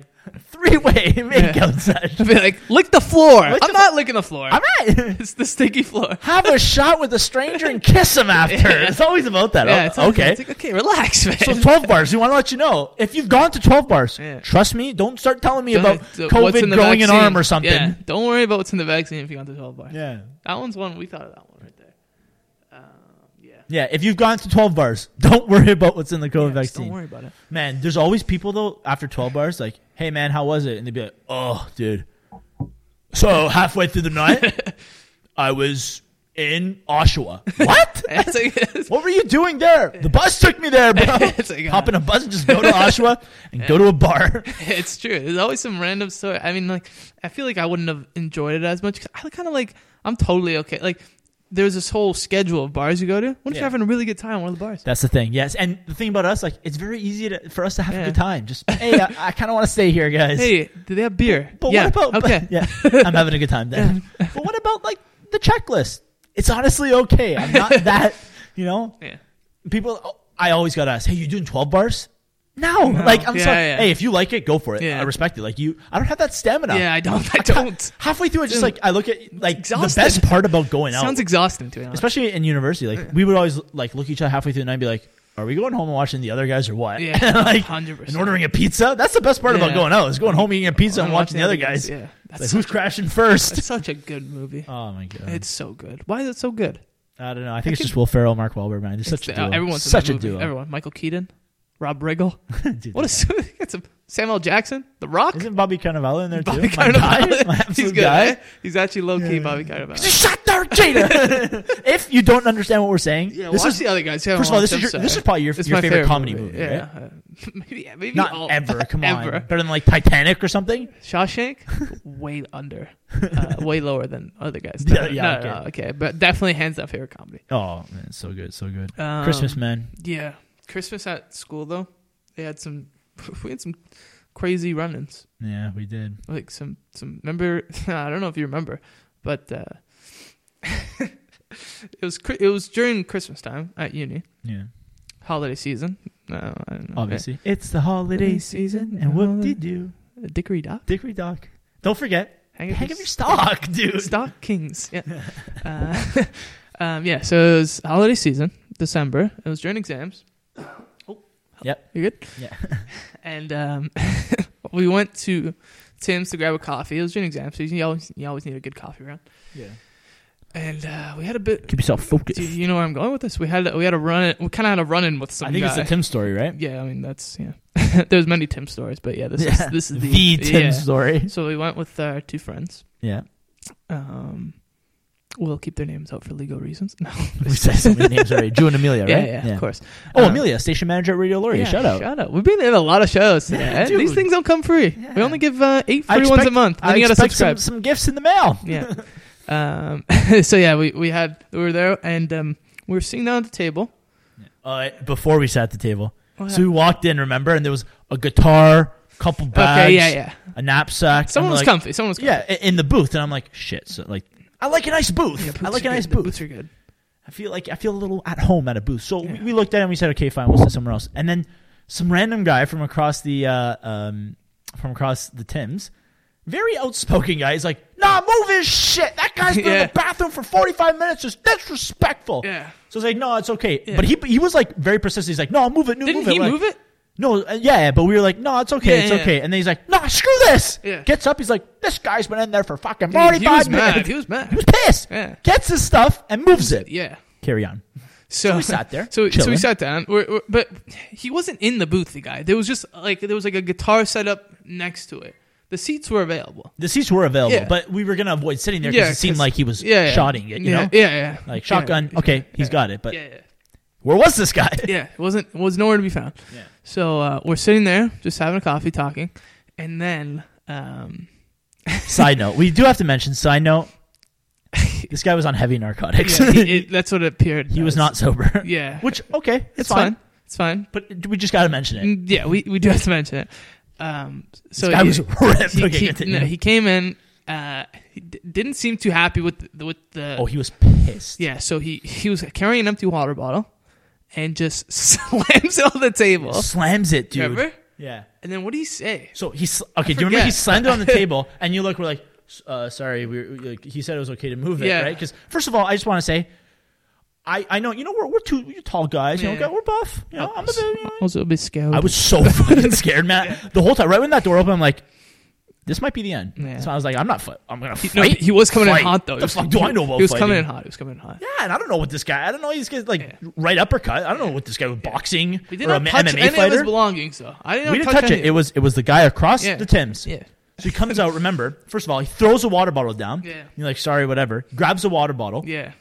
Speaker 1: three way makeout
Speaker 2: I'd
Speaker 1: session.
Speaker 2: be like, lick the floor.
Speaker 1: Lick
Speaker 2: I'm
Speaker 1: the
Speaker 2: not licking the floor.
Speaker 1: All right.
Speaker 2: it's the stinky floor.
Speaker 1: Have a shot with a stranger and kiss him after.
Speaker 2: Yeah.
Speaker 1: It's always about that.
Speaker 2: Yeah,
Speaker 1: Oh,
Speaker 2: it's like-
Speaker 1: okay.
Speaker 2: It's like, okay, relax, man.
Speaker 1: So 12 bars. We want to let you know if you've gone to 12 bars.
Speaker 2: Yeah.
Speaker 1: Trust me. Don't start telling me
Speaker 2: Don't-
Speaker 1: about
Speaker 2: don't- what's in
Speaker 1: COVID
Speaker 2: the
Speaker 1: growing an
Speaker 2: vaccine?
Speaker 1: arm or something.
Speaker 2: Yeah, don't worry about what's in the vaccine if you got the 12 bar.
Speaker 1: yeah.
Speaker 2: That one's one. We thought of that one right there. Um, yeah.
Speaker 1: Yeah, if you've gone to 12 bars, don't worry about what's in the COVID
Speaker 2: Yeah, just Don't
Speaker 1: vaccine.
Speaker 2: worry about it.
Speaker 1: Man, there's always people, though, after 12 bars, like, hey, man, how was it? And they'd be like, oh, dude. So halfway through the night, I was in Oshawa. What?
Speaker 2: It's like, it's,
Speaker 1: what were you doing there? The bus took me there, bro.
Speaker 2: It's like, uh,
Speaker 1: Hop in a bus and just go to Oshawa and go to a bar.
Speaker 2: it's true. There's always some random story. I mean, like, I feel like I wouldn't have enjoyed it as much. 'cause I kind of like, I'm totally okay. Like, there's this whole schedule of bars you go to. What if
Speaker 1: Yeah.
Speaker 2: you're having a really good time at one of the bars?
Speaker 1: That's the thing. Yes, and the thing about us, like, it's very easy to, for us to have a
Speaker 2: Yeah.
Speaker 1: good time. Just hey, I, I kind of want to stay here, guys.
Speaker 2: Hey, do they have beer?
Speaker 1: But
Speaker 2: yeah.
Speaker 1: what about
Speaker 2: Okay.
Speaker 1: yeah, I'm having a good time then. but what about like the checklist? It's honestly okay. I'm not that you know.
Speaker 2: Yeah.
Speaker 1: People, I always got asked, hey, you doing 12 bars? No, like I'm
Speaker 2: Yeah,
Speaker 1: sorry.
Speaker 2: yeah.
Speaker 1: Hey, if you like it, go for it.
Speaker 2: Yeah.
Speaker 1: I respect it. Like you, I don't have that stamina.
Speaker 2: Yeah, I don't. I don't.
Speaker 1: Halfway through, I just
Speaker 2: Dude,
Speaker 1: like I look at like the
Speaker 2: exhausted.
Speaker 1: best part about going out,
Speaker 2: Sounds exhausting to me.
Speaker 1: especially in university. Like we would always like look each other halfway through the night and be like, "Are we going home and watching the other guys or what?"
Speaker 2: Yeah,
Speaker 1: like
Speaker 2: 100%.
Speaker 1: and ordering a pizza. That's the best part about
Speaker 2: Yeah.
Speaker 1: going out is going home eating a pizza and watching the other guys.
Speaker 2: Yeah,
Speaker 1: It's
Speaker 2: that's
Speaker 1: like,
Speaker 2: such,
Speaker 1: who's crashing first?
Speaker 2: that's such a good movie.
Speaker 1: Oh my god!
Speaker 2: It's so good. Why is it so good?
Speaker 1: I don't know. I think it's just Will Ferrell, Mark Wahlberg, man. They're
Speaker 2: It's
Speaker 1: such a
Speaker 2: the- uh,
Speaker 1: duo.
Speaker 2: everyone's in
Speaker 1: such
Speaker 2: that
Speaker 1: a
Speaker 2: movie.
Speaker 1: duo.
Speaker 2: Everyone. Michael Keaton, Rob Riggle.
Speaker 1: Dude,
Speaker 2: What is it's a Samuel Jackson, The Rock?
Speaker 1: isn't Bobby Cannavale in there too?
Speaker 2: Bobby
Speaker 1: my guy,
Speaker 2: Cannavale.
Speaker 1: my absolute
Speaker 2: He's good.
Speaker 1: guy.
Speaker 2: eh? He's actually low key Bobby Cannavale.
Speaker 1: Shut Dark Jada. if you don't understand what we're saying,
Speaker 2: Yeah,
Speaker 1: this
Speaker 2: watch
Speaker 1: is
Speaker 2: the other guys.
Speaker 1: first of all, this is your, this is probably your, your favorite, comedy movie. right?
Speaker 2: Yeah, Uh, maybe, yeah, maybe
Speaker 1: Not
Speaker 2: all-
Speaker 1: ever. Come on,
Speaker 2: ever.
Speaker 1: better than like Titanic or something.
Speaker 2: Shawshank, way under, uh, way lower than other guys.
Speaker 1: Yeah,
Speaker 2: No,
Speaker 1: yeah,
Speaker 2: no,
Speaker 1: okay.
Speaker 2: no, okay, but definitely hands down favorite comedy.
Speaker 1: Oh man, it's so good, so good.
Speaker 2: Um,
Speaker 1: Christmas man.
Speaker 2: Yeah, Christmas at school though, they had some. We had some crazy run-ins.
Speaker 1: Yeah, we did.
Speaker 2: like some some remember I don't know if you remember, but uh, it was cri- it was during Christmas time at uni,
Speaker 1: Yeah,
Speaker 2: holiday season. Uh, I don't know.
Speaker 1: obviously it's the holiday season, and what did do?
Speaker 2: Uh, Dickory Dock,
Speaker 1: Dickory Dock. Don't forget,
Speaker 2: hang
Speaker 1: hang up your stock, dude.
Speaker 2: stockings. Yeah, uh, um, yeah. So it was holiday season, December. It was during exams. Oh,
Speaker 1: Yep.
Speaker 2: You good?
Speaker 1: Yeah.
Speaker 2: and um, we went to Tim's to grab a coffee. It was during exams, so you always you always need a good coffee round.
Speaker 1: Yeah.
Speaker 2: And uh, we had a bit.
Speaker 1: Keep yourself focused.
Speaker 2: Do you know where I'm going with this? We had a, we had a run. We kind of had a run in with some
Speaker 1: I think
Speaker 2: guy.
Speaker 1: it's the Tim story, right?
Speaker 2: yeah, I mean that's yeah. There's many Tim stories, but yeah, this is this is the,
Speaker 1: Tim
Speaker 2: yeah.
Speaker 1: story.
Speaker 2: So we went with our two friends.
Speaker 1: Yeah.
Speaker 2: Um, we'll keep their names out for legal reasons. No,
Speaker 1: We said so many names already. Drew and Amelia,
Speaker 2: yeah,
Speaker 1: right?
Speaker 2: yeah, of course.
Speaker 1: Oh,
Speaker 2: Um,
Speaker 1: Amelia, station manager at Radio Laurie.
Speaker 2: yeah,
Speaker 1: shout out.
Speaker 2: Shout out. We've been in a lot of shows today.
Speaker 1: Yeah,
Speaker 2: eh? These
Speaker 1: dude.
Speaker 2: things don't come free.
Speaker 1: Yeah.
Speaker 2: We only give uh, eight
Speaker 1: I
Speaker 2: free ones a
Speaker 1: expect-
Speaker 2: month. Then
Speaker 1: I
Speaker 2: you gotta
Speaker 1: expect
Speaker 2: subscribe.
Speaker 1: some, some gifts in the mail.
Speaker 2: yeah. Um, so yeah, we, we had we were there and um, we were sitting down at the table.
Speaker 1: Uh, before we sat at the table,
Speaker 2: What?
Speaker 1: so we walked in. Remember, and there was a guitar, couple bags,
Speaker 2: okay, yeah, yeah.
Speaker 1: a knapsack.
Speaker 2: Someone
Speaker 1: I'm
Speaker 2: was
Speaker 1: like,
Speaker 2: comfy. Someone was comfy.
Speaker 1: Yeah, i- in the booth, and I'm like, shit. So like, I like a nice booth. I
Speaker 2: Yeah, boots
Speaker 1: like
Speaker 2: are
Speaker 1: a nice
Speaker 2: good. The
Speaker 1: booth.
Speaker 2: Boots are good.
Speaker 1: I feel like I feel a little at home at a booth. So we,
Speaker 2: Yeah.
Speaker 1: we looked at it and we said, okay, fine, we'll sit somewhere else. And then some random guy from across the uh, um, from across the Thames, very outspoken guy, is like, nah, move his shit. That guy's been in
Speaker 2: Yeah.
Speaker 1: the bathroom for forty five minutes. It's disrespectful.
Speaker 2: Yeah.
Speaker 1: So I was like, no, it's okay.
Speaker 2: Yeah.
Speaker 1: But he he was like very persistent. He's like, no, move it, no,
Speaker 2: Didn't
Speaker 1: move it.
Speaker 2: he
Speaker 1: We're like,
Speaker 2: move it?
Speaker 1: No, uh, yeah, yeah, but we were like, no, it's okay,
Speaker 2: Yeah,
Speaker 1: it's
Speaker 2: yeah, yeah.
Speaker 1: okay. And then he's like, nah, screw this.
Speaker 2: Yeah.
Speaker 1: Gets up, he's like, this guy's been in there for fucking
Speaker 2: Dude,
Speaker 1: forty
Speaker 2: he was
Speaker 1: five
Speaker 2: mad.
Speaker 1: minutes.
Speaker 2: He was
Speaker 1: He
Speaker 2: mad.
Speaker 1: was pissed.
Speaker 2: Yeah.
Speaker 1: Gets his stuff and moves it.
Speaker 2: Yeah.
Speaker 1: Carry on.
Speaker 2: So,
Speaker 1: we sat there,
Speaker 2: So, so we
Speaker 1: chilling.
Speaker 2: sat down. We're, we're- but he wasn't in the booth. The guy. There was just like there was like a guitar set up next to it. The seats were available.
Speaker 1: The seats were available,
Speaker 2: Yeah.
Speaker 1: but we were gonna avoid sitting there because
Speaker 2: Yeah,
Speaker 1: it seemed
Speaker 2: 'cause-
Speaker 1: like he was
Speaker 2: Yeah. yeah.
Speaker 1: shotting it. You
Speaker 2: yeah,
Speaker 1: know,
Speaker 2: Yeah. Yeah.
Speaker 1: like shotgun. Okay, he's got it, but
Speaker 2: Yeah. Yeah.
Speaker 1: where was this guy?
Speaker 2: Yeah. It wasn't was nowhere to be found.
Speaker 1: Yeah.
Speaker 2: So uh, we're sitting there just having a coffee, talking, and then um,
Speaker 1: Side note: We do have to mention. Side note: This guy was on heavy narcotics.
Speaker 2: yeah, it,
Speaker 1: he
Speaker 2: it- that's what it appeared.
Speaker 1: was
Speaker 2: as.
Speaker 1: not sober.
Speaker 2: Yeah.
Speaker 1: Which okay, it's,
Speaker 2: It's
Speaker 1: fine.
Speaker 2: fine. It's fine.
Speaker 1: But we just gotta mention it.
Speaker 2: Mm, Yeah, we, we do have to mention it. Um, so
Speaker 1: This guy
Speaker 2: he-
Speaker 1: was ripped.
Speaker 2: he,
Speaker 1: Okay,
Speaker 2: he-
Speaker 1: continue.
Speaker 2: no, he came in uh, he d- didn't seem too happy with the, with the.
Speaker 1: Oh, he was pissed.
Speaker 2: yeah, so he he was carrying an empty water bottle, and just slams it on the table.
Speaker 1: Slams it, dude.
Speaker 2: Remember?
Speaker 1: Yeah.
Speaker 2: And then what do you say?
Speaker 1: So he sl- okay. Do you remember he
Speaker 2: forget.
Speaker 1: slammed it on the table, and you look, we're like, s- uh, sorry, we we- like, he said it was okay to move it,
Speaker 2: Yeah.
Speaker 1: right? Because first of all, I just want to say, I I know you know we're we're two we're tall guys, you
Speaker 2: Yeah.
Speaker 1: know okay, we're buff, you know I'm a bit, you know.
Speaker 2: Oh, I was a bit scared.
Speaker 1: I was so fucking scared, Matt. The whole time, right when that door opened, I'm like, this might be the end.
Speaker 2: Yeah.
Speaker 1: So I was like, I'm not, fi- I'm gonna
Speaker 2: He,
Speaker 1: fight.
Speaker 2: no, he- he was coming
Speaker 1: Fight.
Speaker 2: in hot though.
Speaker 1: The
Speaker 2: He was-
Speaker 1: fuck do I know about
Speaker 2: He was
Speaker 1: fighting?
Speaker 2: coming in hot. He was coming in hot.
Speaker 1: yeah, and I don't know what this guy. I don't know. He's gonna, like
Speaker 2: Yeah.
Speaker 1: right uppercut. I don't know what this guy was boxing
Speaker 2: We
Speaker 1: or a
Speaker 2: didn't
Speaker 1: ma-
Speaker 2: touch
Speaker 1: MMA
Speaker 2: any of
Speaker 1: fighter.
Speaker 2: his belongings though. I didn't,
Speaker 1: we didn't
Speaker 2: touch,
Speaker 1: touch, it.
Speaker 2: any
Speaker 1: It
Speaker 2: of
Speaker 1: was it was the guy across
Speaker 2: Yeah.
Speaker 1: the Thames.
Speaker 2: Yeah.
Speaker 1: So he comes out. Remember, first of all, he throws a water bottle down.
Speaker 2: Yeah.
Speaker 1: You're like, sorry, whatever. Grabs a water bottle.
Speaker 2: Yeah.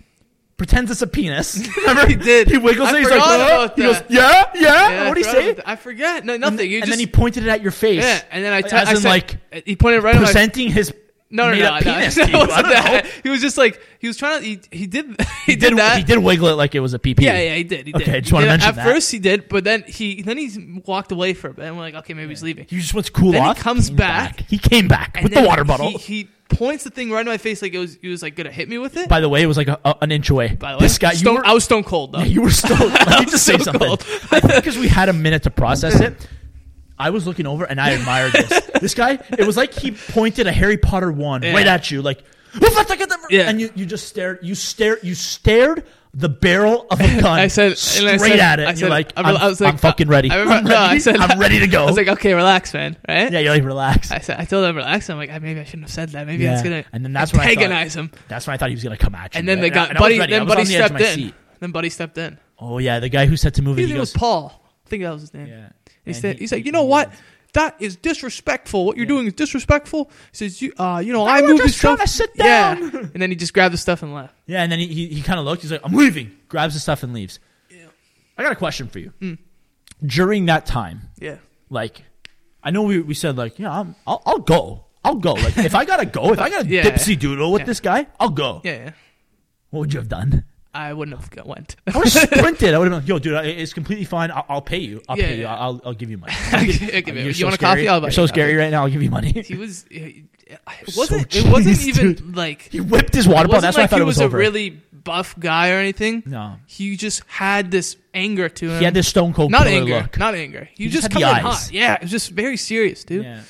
Speaker 1: Pretends it's a penis. Remember,
Speaker 2: He did.
Speaker 1: He wiggles
Speaker 2: I
Speaker 1: it. He's like,
Speaker 2: forgot
Speaker 1: "Huh?"
Speaker 2: about
Speaker 1: he goes,
Speaker 2: that.
Speaker 1: yeah, yeah.
Speaker 2: Yeah,
Speaker 1: what
Speaker 2: I
Speaker 1: do you
Speaker 2: forgot
Speaker 1: say?
Speaker 2: about that. I forget. No, nothing.
Speaker 1: And,
Speaker 2: you
Speaker 1: and
Speaker 2: just,
Speaker 1: then he pointed it at your face.
Speaker 2: yeah, and then I t-
Speaker 1: as
Speaker 2: I
Speaker 1: in,
Speaker 2: said-
Speaker 1: like
Speaker 2: he pointed right at my
Speaker 1: presenting his
Speaker 2: no, no,
Speaker 1: made
Speaker 2: no,
Speaker 1: up
Speaker 2: no,
Speaker 1: penis.
Speaker 2: no,
Speaker 1: to
Speaker 2: it
Speaker 1: you. I
Speaker 2: wasn't
Speaker 1: don't know.
Speaker 2: that. He was just like he was trying to. He, he did. He,
Speaker 1: He did,
Speaker 2: did, that.
Speaker 1: he did wiggle it like it was a PP.
Speaker 2: Yeah, yeah, he did. He did.
Speaker 1: Okay, I just
Speaker 2: He
Speaker 1: wanna
Speaker 2: did.
Speaker 1: mention
Speaker 2: At
Speaker 1: that.
Speaker 2: first he did, but then he then he walked away for a bit, and we're like, okay, maybe he's leaving.
Speaker 1: He just went to cool
Speaker 2: Then he
Speaker 1: off.
Speaker 2: comes
Speaker 1: came
Speaker 2: back.
Speaker 1: He came back
Speaker 2: And
Speaker 1: with the
Speaker 2: then
Speaker 1: water bottle.
Speaker 2: He, he points the thing right in my face, like it was he was like gonna hit me with it.
Speaker 1: By the way, it was like a, a- an inch away.
Speaker 2: By the way,
Speaker 1: this guy,
Speaker 2: stone,
Speaker 1: you were,
Speaker 2: I was stone cold though.
Speaker 1: Yeah, you were stoned. Let me just say
Speaker 2: so
Speaker 1: something.
Speaker 2: cold.
Speaker 1: Because we had a minute to process it. I was looking over and I admired this. this guy, it was like he pointed a Harry Potter wand
Speaker 2: Yeah.
Speaker 1: right at you, like, "Who fucked that guy that-"
Speaker 2: Yeah.
Speaker 1: and you, you just stared, you stared, you stared the barrel of a gun
Speaker 2: I said
Speaker 1: straight
Speaker 2: and I said,
Speaker 1: at it.
Speaker 2: I
Speaker 1: and
Speaker 2: said,
Speaker 1: you're like,
Speaker 2: I
Speaker 1: I'm,
Speaker 2: re- I was like,
Speaker 1: I'm fucking ready.
Speaker 2: I
Speaker 1: I'm
Speaker 2: remember,
Speaker 1: ready.
Speaker 2: no, I said,
Speaker 1: am ready to go.
Speaker 2: I was like, okay, relax, man. Right?
Speaker 1: yeah, you're like, relax.
Speaker 2: I said, I told him relax. I'm like, "Ah, maybe I shouldn't have said that. Maybe
Speaker 1: Yeah.
Speaker 2: that's gonna
Speaker 1: And then that's when I thought-
Speaker 2: antagonize him.
Speaker 1: That's when I thought he was gonna come at you.
Speaker 2: And then they
Speaker 1: right?
Speaker 2: got
Speaker 1: And I was
Speaker 2: buddy.
Speaker 1: ready. I
Speaker 2: Then
Speaker 1: was
Speaker 2: buddy
Speaker 1: on the edge of
Speaker 2: stepped
Speaker 1: my
Speaker 2: in.
Speaker 1: seat.
Speaker 2: Then buddy stepped in.
Speaker 1: Oh yeah, the guy who sets the movie.
Speaker 2: His
Speaker 1: He
Speaker 2: name was
Speaker 1: goes,
Speaker 2: Paul. I think that was his name.
Speaker 1: yeah.
Speaker 2: He
Speaker 1: And
Speaker 2: said,
Speaker 1: he-
Speaker 2: he's like,
Speaker 1: he-
Speaker 2: you know
Speaker 1: he
Speaker 2: what?
Speaker 1: goes,
Speaker 2: That is disrespectful. What you're
Speaker 1: Yeah.
Speaker 2: doing is disrespectful. He says, you, uh, you know,
Speaker 1: I
Speaker 2: I,
Speaker 1: was
Speaker 2: moved
Speaker 1: just
Speaker 2: this stuff.
Speaker 1: trying to sit
Speaker 2: Yeah.
Speaker 1: down.
Speaker 2: And then he just grabbed the stuff and left.
Speaker 1: Yeah, and then he, he, he kind of looked. He's like, I'm leaving. Grabs his stuff and leaves. I got a question for you.
Speaker 2: Mm.
Speaker 1: During that time,
Speaker 2: Yeah.
Speaker 1: like, I know we, we said, like, yeah, I'm, I'll, I'll go. I'll go. Like, if I got to go, if I got to
Speaker 2: Yeah.
Speaker 1: dipsy doodle with
Speaker 2: Yeah.
Speaker 1: this guy, I'll go.
Speaker 2: Yeah. yeah.
Speaker 1: What would you have done?
Speaker 2: I wouldn't have got- went.
Speaker 1: I would have sprinted. I would have been like, yo, dude, I, it's completely fine. I'll, I'll pay you. I'll
Speaker 2: Yeah,
Speaker 1: pay you.
Speaker 2: yeah.
Speaker 1: I'll, I'll give you money.
Speaker 2: Okay, okay,
Speaker 1: You're
Speaker 2: you
Speaker 1: so
Speaker 2: want
Speaker 1: scary.
Speaker 2: a coffee? I'll buy
Speaker 1: You're
Speaker 2: you
Speaker 1: so
Speaker 2: a
Speaker 1: scary right now. I'll give you money.
Speaker 2: He was. It
Speaker 1: So
Speaker 2: wasn't. it wasn't
Speaker 1: Chinese,
Speaker 2: even
Speaker 1: dude.
Speaker 2: like.
Speaker 1: He whipped his water
Speaker 2: It
Speaker 1: bottle.
Speaker 2: wasn't
Speaker 1: That's why I
Speaker 2: like
Speaker 1: thought
Speaker 2: he
Speaker 1: it was
Speaker 2: was a
Speaker 1: over.
Speaker 2: really buff guy or anything.
Speaker 1: No.
Speaker 2: He just had this anger to him.
Speaker 1: He had this stone cold
Speaker 2: not
Speaker 1: killer
Speaker 2: anger,
Speaker 1: look.
Speaker 2: not anger. You
Speaker 1: He
Speaker 2: just
Speaker 1: just
Speaker 2: come
Speaker 1: had
Speaker 2: in
Speaker 1: the eyes.
Speaker 2: hot. Yeah, it was just very serious, dude.
Speaker 1: Yeah.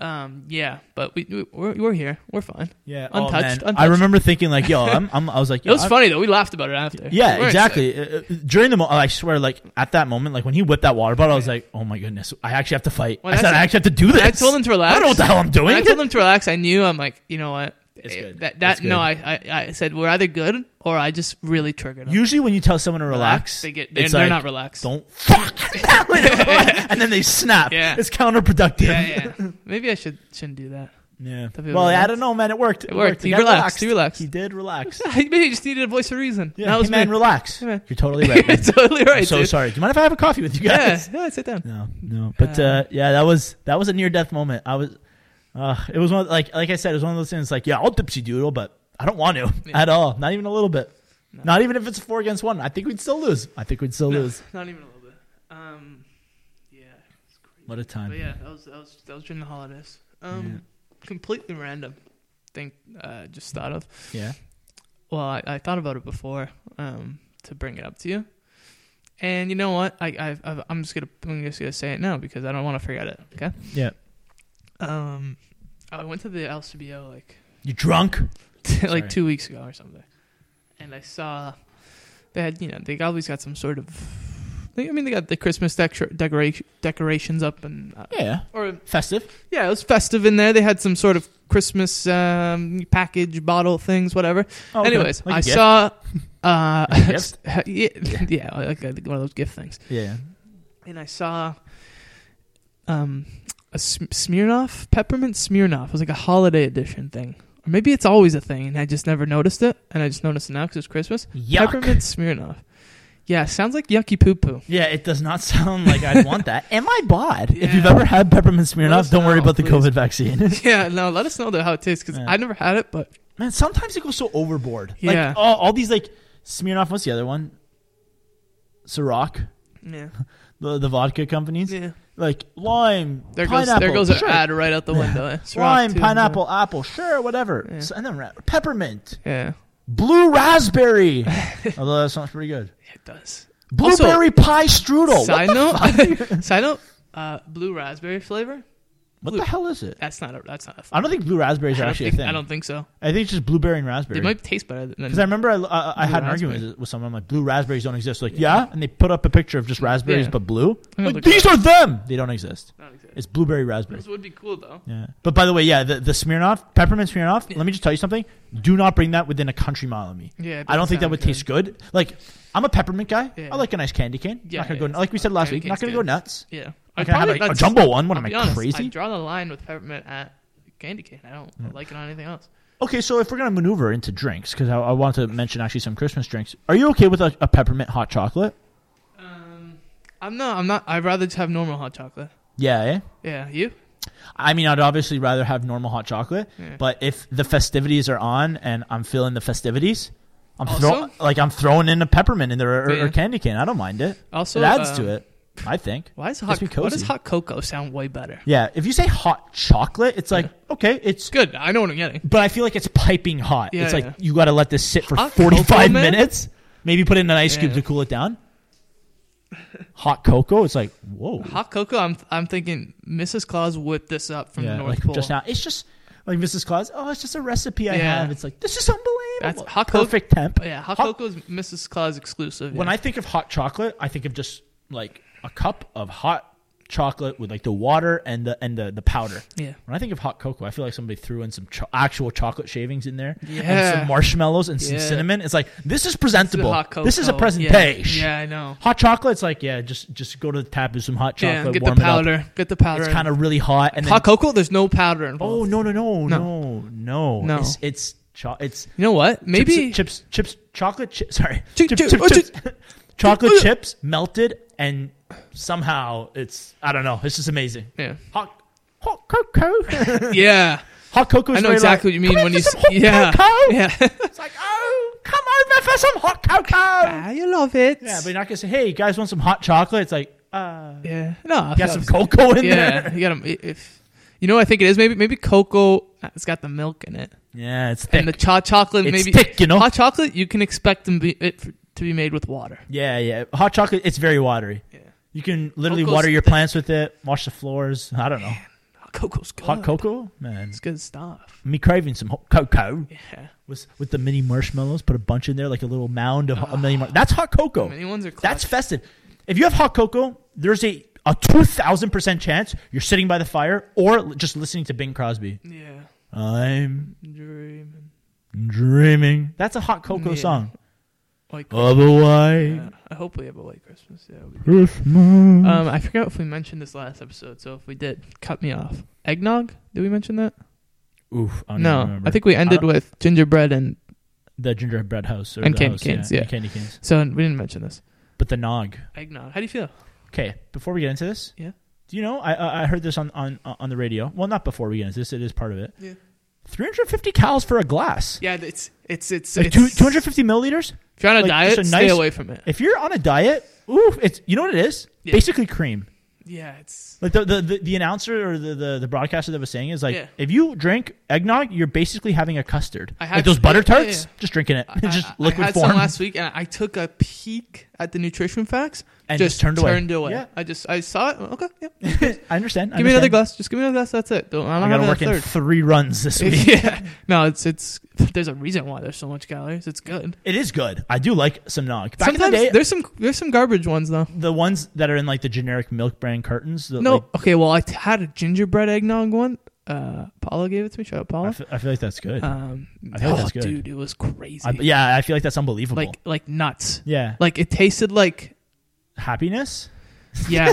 Speaker 2: Um, yeah, but we, we we're, we're here. We're fine.
Speaker 1: Yeah, oh,
Speaker 2: untouched.
Speaker 1: man.
Speaker 2: untouched.
Speaker 1: I remember thinking like, "Yo, I'm, I'm." I was like,
Speaker 2: It
Speaker 1: yo,
Speaker 2: was
Speaker 1: I'm-
Speaker 2: funny though. We laughed about it after. We
Speaker 1: Yeah,
Speaker 2: weren't
Speaker 1: exactly. Uh, uh, During the moment, I swear, like at that moment, like when he whipped that water bottle, I was like, "Oh my goodness, I actually have to fight."
Speaker 2: Well,
Speaker 1: I said,
Speaker 2: that's-
Speaker 1: "I actually have to do this."
Speaker 2: I told him to relax.
Speaker 1: I don't know what the hell I'm
Speaker 2: When
Speaker 1: doing.
Speaker 2: I told him to relax. I knew. I'm like, you know what?
Speaker 1: It's
Speaker 2: Eh,
Speaker 1: good.
Speaker 2: That that
Speaker 1: It's good.
Speaker 2: no. I, I I said we're either good or I just really triggered. Him.
Speaker 1: Usually, when you tell someone to relax,
Speaker 2: They get. They're,
Speaker 1: it's
Speaker 2: they're
Speaker 1: like,
Speaker 2: not relaxed.
Speaker 1: Don't fuck, and then they snap.
Speaker 2: Yeah.
Speaker 1: It's counterproductive.
Speaker 2: Yeah, yeah. Maybe I should shouldn't do that.
Speaker 1: Yeah.
Speaker 2: That'd be
Speaker 1: Well, I
Speaker 2: relaxed.
Speaker 1: don't know, man. It worked. It,
Speaker 2: worked.
Speaker 1: The
Speaker 2: He
Speaker 1: guy
Speaker 2: relaxed. He relaxed.
Speaker 1: He did relax.
Speaker 2: Maybe I just needed a voice of reason.
Speaker 1: Yeah,
Speaker 2: that was
Speaker 1: hey, man,
Speaker 2: me.
Speaker 1: relax.
Speaker 2: Hey, man.
Speaker 1: You're totally right.
Speaker 2: You're
Speaker 1: man.
Speaker 2: totally right.
Speaker 1: I'm so
Speaker 2: dude.
Speaker 1: sorry. Do you mind if I have a coffee with you guys?
Speaker 2: Yeah, yeah. Sit down.
Speaker 1: No, no. But uh,
Speaker 2: Uh,
Speaker 1: yeah, that was that was a near death moment. I was, uh, it was one like like I said, it was one of those things. Like, yeah, I'll dipsy doodle, but I don't want to
Speaker 2: Yeah.
Speaker 1: at all. Not even a little bit. Not even if it's a four against one. I think we'd still lose. I think we'd still
Speaker 2: No,
Speaker 1: lose.
Speaker 2: not even a little bit. Um, yeah. It's crazy.
Speaker 1: What a time.
Speaker 2: But yeah, that was that was that was during the holidays. Um,
Speaker 1: Yeah.
Speaker 2: completely random thing. Uh, just thought of.
Speaker 1: Yeah.
Speaker 2: Well, I, I thought about it before um, to bring it up to you, and you know what? I, I I've, I'm just gonna I'm just gonna say it now because I don't want to forget it. Okay.
Speaker 1: Yeah.
Speaker 2: Um, I went to the LCBO like
Speaker 1: You drunk? Sorry.
Speaker 2: like two weeks ago or something, and I saw they had you know they always got some sort of. They, I mean, they got the Christmas decor- decoration decorations up and uh,
Speaker 1: Yeah.
Speaker 2: or
Speaker 1: Festive.
Speaker 2: yeah, it was festive in there. They had some sort of Christmas um, package, bottle things, whatever.
Speaker 1: Oh, okay.
Speaker 2: Anyways,
Speaker 1: Like a
Speaker 2: I
Speaker 1: gift.
Speaker 2: saw. Uh,
Speaker 1: Like a gift?
Speaker 2: yeah, yeah, like a, one of those gift things.
Speaker 1: Yeah.
Speaker 2: And I saw um, a S- Smirnoff, peppermint Smirnoff. It was like a holiday edition thing. Or maybe it's always a thing, and I just never noticed it. And I just noticed it now because it's Christmas.
Speaker 1: Yuck.
Speaker 2: Peppermint Smirnoff. Yeah, sounds like yucky poo poo.
Speaker 1: Yeah, it does not sound like I'd want that. Am I bod? If you've
Speaker 2: Yeah.
Speaker 1: ever had peppermint
Speaker 2: Let
Speaker 1: Smirnoff,
Speaker 2: us
Speaker 1: don't worry
Speaker 2: know,
Speaker 1: about the
Speaker 2: please.
Speaker 1: COVID vaccine.
Speaker 2: yeah, no, let us know though how it tastes because
Speaker 1: Yeah.
Speaker 2: I never had it, but
Speaker 1: Man, sometimes it goes so overboard.
Speaker 2: Yeah.
Speaker 1: Like all, all these like Smirnoff. What's the other one? Ciroc.
Speaker 2: yeah,
Speaker 1: the, the vodka companies.
Speaker 2: yeah.
Speaker 1: like lime,
Speaker 2: There goes
Speaker 1: pineapple.
Speaker 2: there goes an
Speaker 1: sure.
Speaker 2: ad right out the window. It's rock,
Speaker 1: lime,
Speaker 2: too.
Speaker 1: pineapple, apple, sure, whatever.
Speaker 2: Yeah.
Speaker 1: So- and then ra- peppermint,
Speaker 2: Yeah,
Speaker 1: blue raspberry. Although that sounds pretty good.
Speaker 2: it does. Also,
Speaker 1: Blueberry pie strudel. Oh, What
Speaker 2: Side
Speaker 1: the,
Speaker 2: note, side note, uh, blue raspberry flavor.
Speaker 1: what the hell is it?
Speaker 2: That's not a. That's not a.
Speaker 1: I don't think blue raspberries are
Speaker 2: I don't
Speaker 1: actually
Speaker 2: think,
Speaker 1: a thing.
Speaker 2: I don't think so.
Speaker 1: I think it's just blueberry and
Speaker 2: They
Speaker 1: raspberry.
Speaker 2: might taste better than.
Speaker 1: Because I remember I, I, I
Speaker 2: Blue
Speaker 1: had an
Speaker 2: raspberry.
Speaker 1: argument with someone. I'm like, blue raspberries don't exist. Like, yeah. And they put up a picture of just raspberries,
Speaker 2: Yeah.
Speaker 1: but blue.
Speaker 2: I'm gonna
Speaker 1: Like,
Speaker 2: look
Speaker 1: these are them. They don't exist.
Speaker 2: Not exactly.
Speaker 1: It's blueberry raspberry.
Speaker 2: This would be cool though.
Speaker 1: Yeah. But by the way, yeah, the, the Smirnoff, peppermint Smirnoff, let me just tell you something. Do not bring that within a country mile of me.
Speaker 2: Yeah, it
Speaker 1: I don't think that
Speaker 2: doesn't
Speaker 1: would
Speaker 2: sound
Speaker 1: taste good. Like, I'm a peppermint guy.
Speaker 2: Yeah.
Speaker 1: I like a nice candy cane.
Speaker 2: Yeah,
Speaker 1: not gonna
Speaker 2: yeah,
Speaker 1: go, like we said last
Speaker 2: candy
Speaker 1: week, not going
Speaker 2: cane's
Speaker 1: to
Speaker 2: good.
Speaker 1: go nuts.
Speaker 2: Yeah,
Speaker 1: Not gonna have
Speaker 2: probably-
Speaker 1: a, a
Speaker 2: I'd-
Speaker 1: jumbo one. What
Speaker 2: I'll
Speaker 1: am I
Speaker 2: be honest,
Speaker 1: crazy?
Speaker 2: I draw the line with peppermint at candy cane. I don't like it on anything else.
Speaker 1: okay, so if we're going to maneuver into drinks, because I, I want to mention actually some Christmas drinks. Are you okay with a, a peppermint hot chocolate?
Speaker 2: Um, I'm not. I'm not. I'd rather just have normal hot chocolate.
Speaker 1: Yeah, eh?
Speaker 2: Yeah, you.
Speaker 1: I mean, I'd obviously rather have normal hot chocolate,
Speaker 2: Yeah.
Speaker 1: but if the festivities are on and I'm feeling the festivities, I'm throw,
Speaker 2: Also-
Speaker 1: like I'm throwing in a peppermint in there or, or
Speaker 2: Yeah.
Speaker 1: candy cane. I don't mind it.
Speaker 2: Also,
Speaker 1: it adds
Speaker 2: um,
Speaker 1: to it, I think.
Speaker 2: Why is
Speaker 1: Just
Speaker 2: hot?
Speaker 1: be
Speaker 2: Why does
Speaker 1: cozy.
Speaker 2: hot cocoa sound way better?
Speaker 1: Yeah, if you say hot chocolate, it's like okay, it's
Speaker 2: It's good. I know what I'm getting.
Speaker 1: but I feel like it's piping hot.
Speaker 2: Yeah,
Speaker 1: it's like
Speaker 2: yeah.
Speaker 1: you got to let this sit for
Speaker 2: Hot
Speaker 1: 45
Speaker 2: cocoa, man?
Speaker 1: minutes. Maybe put it in an ice cube
Speaker 2: Yeah.
Speaker 1: to cool it down. Hot cocoa, it's like whoa.
Speaker 2: Hot cocoa. I'm. I'm thinking Mrs. Claus whipped this up from the
Speaker 1: yeah,
Speaker 2: North
Speaker 1: like
Speaker 2: Pole.
Speaker 1: just now, it's just like Mrs. Claus. Oh, it's just a recipe I
Speaker 2: Yeah.
Speaker 1: have. It's like this is unbelievable.
Speaker 2: That's hot cocoa-
Speaker 1: perfect temp.
Speaker 2: yeah, hot,
Speaker 1: Hot-
Speaker 2: cocoa is Mrs. Claus exclusive.
Speaker 1: When
Speaker 2: yeah.
Speaker 1: I think of hot chocolate, I think of just like a cup of hot chocolate with like the water and the and the, the powder.
Speaker 2: yeah.
Speaker 1: When I think of hot cocoa, I feel like somebody threw in some cho- actual chocolate shavings in there and
Speaker 2: Yeah.
Speaker 1: some marshmallows and some
Speaker 2: Yeah.
Speaker 1: cinnamon. It's like this is
Speaker 2: This is
Speaker 1: presentable.
Speaker 2: hot cocoa.
Speaker 1: This is a
Speaker 2: yeah.
Speaker 1: presentation.
Speaker 2: Yeah, I know.
Speaker 1: Hot chocolate's like yeah, just just go to the tap with some hot chocolate,
Speaker 2: yeah, get the
Speaker 1: warm it
Speaker 2: powder. Get the
Speaker 1: up.
Speaker 2: powder.
Speaker 1: It's kind of really hot and then
Speaker 2: hot cocoa. There's no powder involved.
Speaker 1: Oh no no no
Speaker 2: No.
Speaker 1: no no
Speaker 2: No.
Speaker 1: It's it's cho- it's
Speaker 2: You know what? Maybe
Speaker 1: chips chips, chips chocolate chi- sorry
Speaker 2: Chip-
Speaker 1: Chip-
Speaker 2: chip-
Speaker 1: chip-
Speaker 2: oh,
Speaker 1: chips. chocolate
Speaker 2: chip-
Speaker 1: chips melted and somehow it's I don't know it's just amazing
Speaker 2: Yeah.
Speaker 1: hot hot cocoa
Speaker 2: Yeah.
Speaker 1: hot cocoa is
Speaker 2: I know
Speaker 1: very
Speaker 2: exactly
Speaker 1: like,
Speaker 2: what you mean
Speaker 1: "Come
Speaker 2: when
Speaker 1: in
Speaker 2: you
Speaker 1: for
Speaker 2: s-
Speaker 1: some hot
Speaker 2: yeah.
Speaker 1: cocoa!"
Speaker 2: Yeah.
Speaker 1: it's like oh come over for some hot cocoa
Speaker 2: you love it.
Speaker 1: yeah but you're not gonna say hey you guys want some hot chocolate it's like uh
Speaker 2: yeah. No. I
Speaker 1: got
Speaker 2: feel-
Speaker 1: some cocoa in
Speaker 2: Yeah.
Speaker 1: there
Speaker 2: You got to if you know what I think it is maybe maybe cocoa uh, it's got the milk in it.
Speaker 1: yeah it's thick
Speaker 2: And the hot chocolate
Speaker 1: It's
Speaker 2: maybe
Speaker 1: thick, you know?
Speaker 2: Hot chocolate you can expect them be, it f- to be made with water.
Speaker 1: yeah yeah hot chocolate it's very watery
Speaker 2: Yeah.
Speaker 1: you can literally
Speaker 2: Cocoa's
Speaker 1: water your
Speaker 2: thick.
Speaker 1: plants with it wash the floors I don't know
Speaker 2: Hot cocoa's good.
Speaker 1: hot cocoa man
Speaker 2: It's good stuff.
Speaker 1: me craving some hot cocoa
Speaker 2: Yeah.
Speaker 1: with with the mini marshmallows. Put a bunch in there, like a little mound of a mini. Mar-
Speaker 2: Ah.
Speaker 1: That's hot cocoa.
Speaker 2: Many ones are clutch.
Speaker 1: That's festive. If you have hot cocoa, there's a a two thousand percent chance you're sitting by the fire or l- just listening to Bing Crosby.
Speaker 2: yeah.
Speaker 1: I'm
Speaker 2: Dreaming.
Speaker 1: dreaming. That's a hot cocoa
Speaker 2: Yeah.
Speaker 1: song.
Speaker 2: Like
Speaker 1: Of a
Speaker 2: yeah.
Speaker 1: white
Speaker 2: I hope we have a white Christmas. Yeah. we-
Speaker 1: Christmas.
Speaker 2: Um, I forgot if we mentioned this last episode, so if we did, cut me off. Eggnog? Did we mention that?
Speaker 1: Oof. I don't even
Speaker 2: Uh, No,
Speaker 1: remember.
Speaker 2: I think we ended
Speaker 1: don't-
Speaker 2: with gingerbread, and
Speaker 1: the gingerbread house or
Speaker 2: And
Speaker 1: the
Speaker 2: candy
Speaker 1: house,
Speaker 2: canes,
Speaker 1: yeah,
Speaker 2: yeah.
Speaker 1: and candy canes.
Speaker 2: so we didn't mention this.
Speaker 1: But the nog.
Speaker 2: Eggnog. How do you feel?
Speaker 1: Okay, before we get into this,
Speaker 2: Yeah.
Speaker 1: do you know I- I I heard this on on on the radio. Well, not before we get into this, it is part of it.
Speaker 2: Yeah.
Speaker 1: 350 calories for a glass.
Speaker 2: Yeah, it's it's it's,
Speaker 1: Like two, 250 milliliters.
Speaker 2: If you're on a
Speaker 1: like,
Speaker 2: diet,
Speaker 1: just a
Speaker 2: stay
Speaker 1: nice-
Speaker 2: away from it.
Speaker 1: If you're on a diet, ooh, it's you know what it is?
Speaker 2: Yeah.
Speaker 1: Basically cream.
Speaker 2: Yeah, it's
Speaker 1: Like the the, the, the announcer or the, the the broadcaster that was saying is like
Speaker 2: Yeah.
Speaker 1: if you drink eggnog, you're basically having a custard.
Speaker 2: I
Speaker 1: like
Speaker 2: had-
Speaker 1: those butter
Speaker 2: yeah, yeah,
Speaker 1: tarts,
Speaker 2: yeah.
Speaker 1: just drinking it.
Speaker 2: I-
Speaker 1: just
Speaker 2: I,
Speaker 1: liquid
Speaker 2: I had
Speaker 1: form.
Speaker 2: some last week, and I took a peek at the nutrition facts
Speaker 1: And just turned away. Yeah.
Speaker 2: I just I saw it. Okay, yeah. Give
Speaker 1: I understand. I
Speaker 2: me another
Speaker 1: understand.
Speaker 2: glass. Just give me another glass. That's it. Don't, I
Speaker 1: I
Speaker 2: don't
Speaker 1: got to
Speaker 2: have
Speaker 1: work
Speaker 2: a
Speaker 1: in
Speaker 2: third.
Speaker 1: three runs this week.
Speaker 2: yeah, no, it's it's. There's a reason why there's so much calories. It's good.
Speaker 1: It is good. I do like some nog. Back
Speaker 2: Sometimes
Speaker 1: in the day,
Speaker 2: there's some there's some garbage ones though.
Speaker 1: the ones that are in like the generic milk brand cartons. The,
Speaker 2: No,
Speaker 1: like,
Speaker 2: okay. Well, I t- had a gingerbread eggnog one. Uh, Paula gave it to me. Shout out,
Speaker 1: I
Speaker 2: Paula.
Speaker 1: fe- I feel like that's good.
Speaker 2: Um,
Speaker 1: I feel
Speaker 2: oh,
Speaker 1: that's good.
Speaker 2: dude, it was crazy.
Speaker 1: I- yeah, I feel like that's unbelievable.
Speaker 2: like like nuts.
Speaker 1: yeah,
Speaker 2: Like it tasted like
Speaker 1: happiness.
Speaker 2: yeah,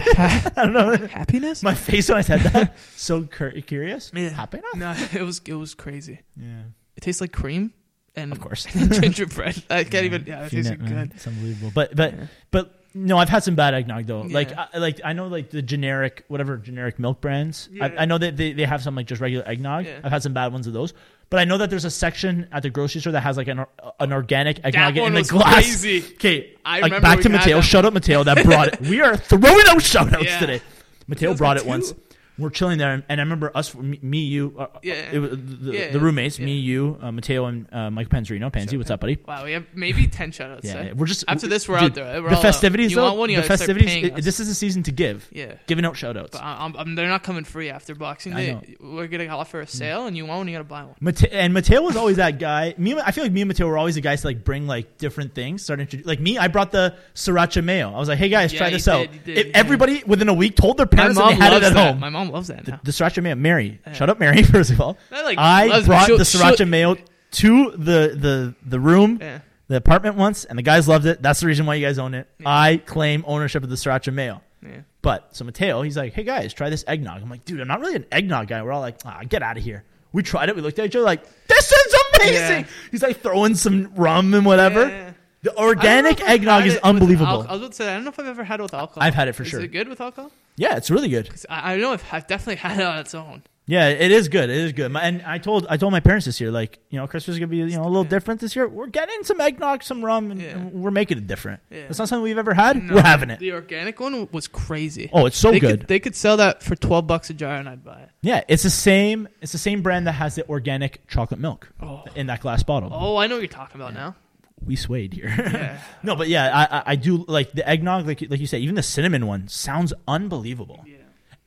Speaker 1: I don't know.
Speaker 2: happiness.
Speaker 1: My face when I said that. so cur- curious.
Speaker 2: Yeah.
Speaker 1: Happiness.
Speaker 2: no, it was it was crazy.
Speaker 1: Yeah.
Speaker 2: It tastes like cream and
Speaker 1: Of course. Mm.
Speaker 2: gingerbread. I can't even. Yeah, it
Speaker 1: Seen
Speaker 2: tasted
Speaker 1: it, man.
Speaker 2: good.
Speaker 1: It's unbelievable. But but
Speaker 2: Yeah.
Speaker 1: but no, I've had some bad eggnog though.
Speaker 2: Yeah.
Speaker 1: Like I, like I know like the generic whatever generic milk brands.
Speaker 2: Yeah.
Speaker 1: I, I know that they, they have some like just regular eggnog.
Speaker 2: Yeah.
Speaker 1: I've had some bad ones of those. But I know that there's a section at the grocery store that has like an or- an organic eggnog in
Speaker 2: one
Speaker 1: the
Speaker 2: was
Speaker 1: glass.
Speaker 2: crazy.
Speaker 1: Okay,
Speaker 2: I
Speaker 1: like
Speaker 2: remember
Speaker 1: back
Speaker 2: we
Speaker 1: to
Speaker 2: had
Speaker 1: Mateo.
Speaker 2: that.
Speaker 1: Shout out Mateo that brought it. We are throwing out shout outs
Speaker 2: Yeah.
Speaker 1: today. Mateo
Speaker 2: Feels
Speaker 1: brought
Speaker 2: like
Speaker 1: it once.
Speaker 2: two.
Speaker 1: We're chilling there, and, and I remember us, me, me you, uh,
Speaker 2: Yeah.
Speaker 1: it was the,
Speaker 2: Yeah,
Speaker 1: the roommates, me,
Speaker 2: yeah.
Speaker 1: you, uh, Mateo, and uh, Mike Panzerino. Pansy, what's up, buddy?
Speaker 2: Wow, we have maybe ten shoutouts.
Speaker 1: Yeah,
Speaker 2: eh?
Speaker 1: yeah, we're just
Speaker 2: after this we're out there.
Speaker 1: the
Speaker 2: We're all out.
Speaker 1: festivities
Speaker 2: You
Speaker 1: though,
Speaker 2: want one, you
Speaker 1: the
Speaker 2: gotta start
Speaker 1: festivities.
Speaker 2: paying
Speaker 1: it-
Speaker 2: us.
Speaker 1: this is a season to give,
Speaker 2: yeah.
Speaker 1: giving out shout outs.
Speaker 2: But I- I'm, I'm, they're not coming free after Boxing
Speaker 1: I know. Mm.
Speaker 2: Day. We're gonna offer a sale, and you want one, you gotta buy one.
Speaker 1: Mate- and Mateo was always that guy. Me, and- I feel like me and Mateo were always the guys to like bring like different things. Starting to like me, I brought the sriracha mayo. I was like, "Hey guys,
Speaker 2: Yeah,
Speaker 1: try
Speaker 2: you
Speaker 1: this
Speaker 2: did,
Speaker 1: out."
Speaker 2: you did,
Speaker 1: If
Speaker 2: yeah.
Speaker 1: everybody within a week told their
Speaker 2: My
Speaker 1: parents
Speaker 2: mom
Speaker 1: and they had
Speaker 2: loves
Speaker 1: it at
Speaker 2: that.
Speaker 1: home,
Speaker 2: My mom loves that now.
Speaker 1: the sriracha mayo. Mary, shut up, Mary. First of all,
Speaker 2: I, like,
Speaker 1: I
Speaker 2: loves-
Speaker 1: brought
Speaker 2: she'll-
Speaker 1: the sriracha
Speaker 2: she'll-
Speaker 1: mayo to the the the room,
Speaker 2: Yeah.
Speaker 1: the apartment once, and the guys loved it. That's the reason why you guys own it. I claim ownership of the sriracha mayo.
Speaker 2: Yeah.
Speaker 1: But so Mateo, he's like, "Hey guys, try this eggnog." I'm like, "Dude, I'm not really an eggnog guy." We're all like, "Ah, get out of here." We tried it. We looked at each other like, "This is amazing."
Speaker 2: Yeah.
Speaker 1: He's like throwing some rum and whatever.
Speaker 2: Yeah, yeah.
Speaker 1: The
Speaker 2: I don't know if
Speaker 1: organic
Speaker 2: I've
Speaker 1: eggnog
Speaker 2: had
Speaker 1: is
Speaker 2: it with
Speaker 1: unbelievable.
Speaker 2: alcohol. I was about to say I don't know if I've ever had it with alcohol.
Speaker 1: I've had it for sure.
Speaker 2: Is it good with alcohol?
Speaker 1: yeah, it's really good.
Speaker 2: 'Cause I, I know I've, I've definitely had it on its own.
Speaker 1: Yeah, it is good. It is good. My, and I told I told my parents this year, like, you know, Christmas is gonna be you know a little different this year. We're getting some eggnog, some rum, and,
Speaker 2: Yeah.
Speaker 1: and we're making it different.
Speaker 2: Yeah.
Speaker 1: It's not something we've ever had.
Speaker 2: No,
Speaker 1: we're having it.
Speaker 2: The organic one was crazy.
Speaker 1: Oh, it's so
Speaker 2: they
Speaker 1: good.
Speaker 2: Could, they could sell that for twelve bucks a jar, and I'd buy it.
Speaker 1: yeah, it's the same. It's the same brand that has the organic chocolate milk
Speaker 2: Oh.
Speaker 1: in that glass bottle.
Speaker 2: Oh, I know what you're talking about now.
Speaker 1: We swayed here.
Speaker 2: Yeah.
Speaker 1: no, but yeah, I, I I do like the eggnog, like like you said, even the cinnamon one sounds unbelievable.
Speaker 2: yeah.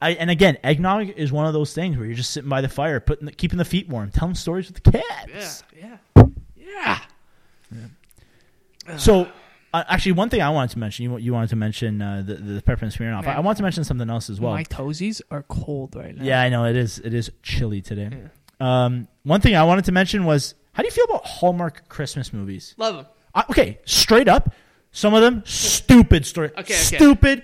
Speaker 1: I, and again, eggnog is one of those things where you're just sitting by the fire, putting the, keeping the feet warm, telling stories with the cats.
Speaker 2: Yeah. Yeah. Yeah.
Speaker 1: So, uh, actually, one thing I wanted to mention, you, you wanted to mention uh, the the peppermint smear off. I,
Speaker 2: Yeah.
Speaker 1: I want to mention something else as well.
Speaker 2: My toesies are cold right now.
Speaker 1: yeah, I know it is. It is chilly today. Um, one thing I wanted to mention was how do you feel about Hallmark Christmas movies?
Speaker 2: Love them.
Speaker 1: I, okay, straight up, some of them stupid story,
Speaker 2: Okay, okay.
Speaker 1: stupid,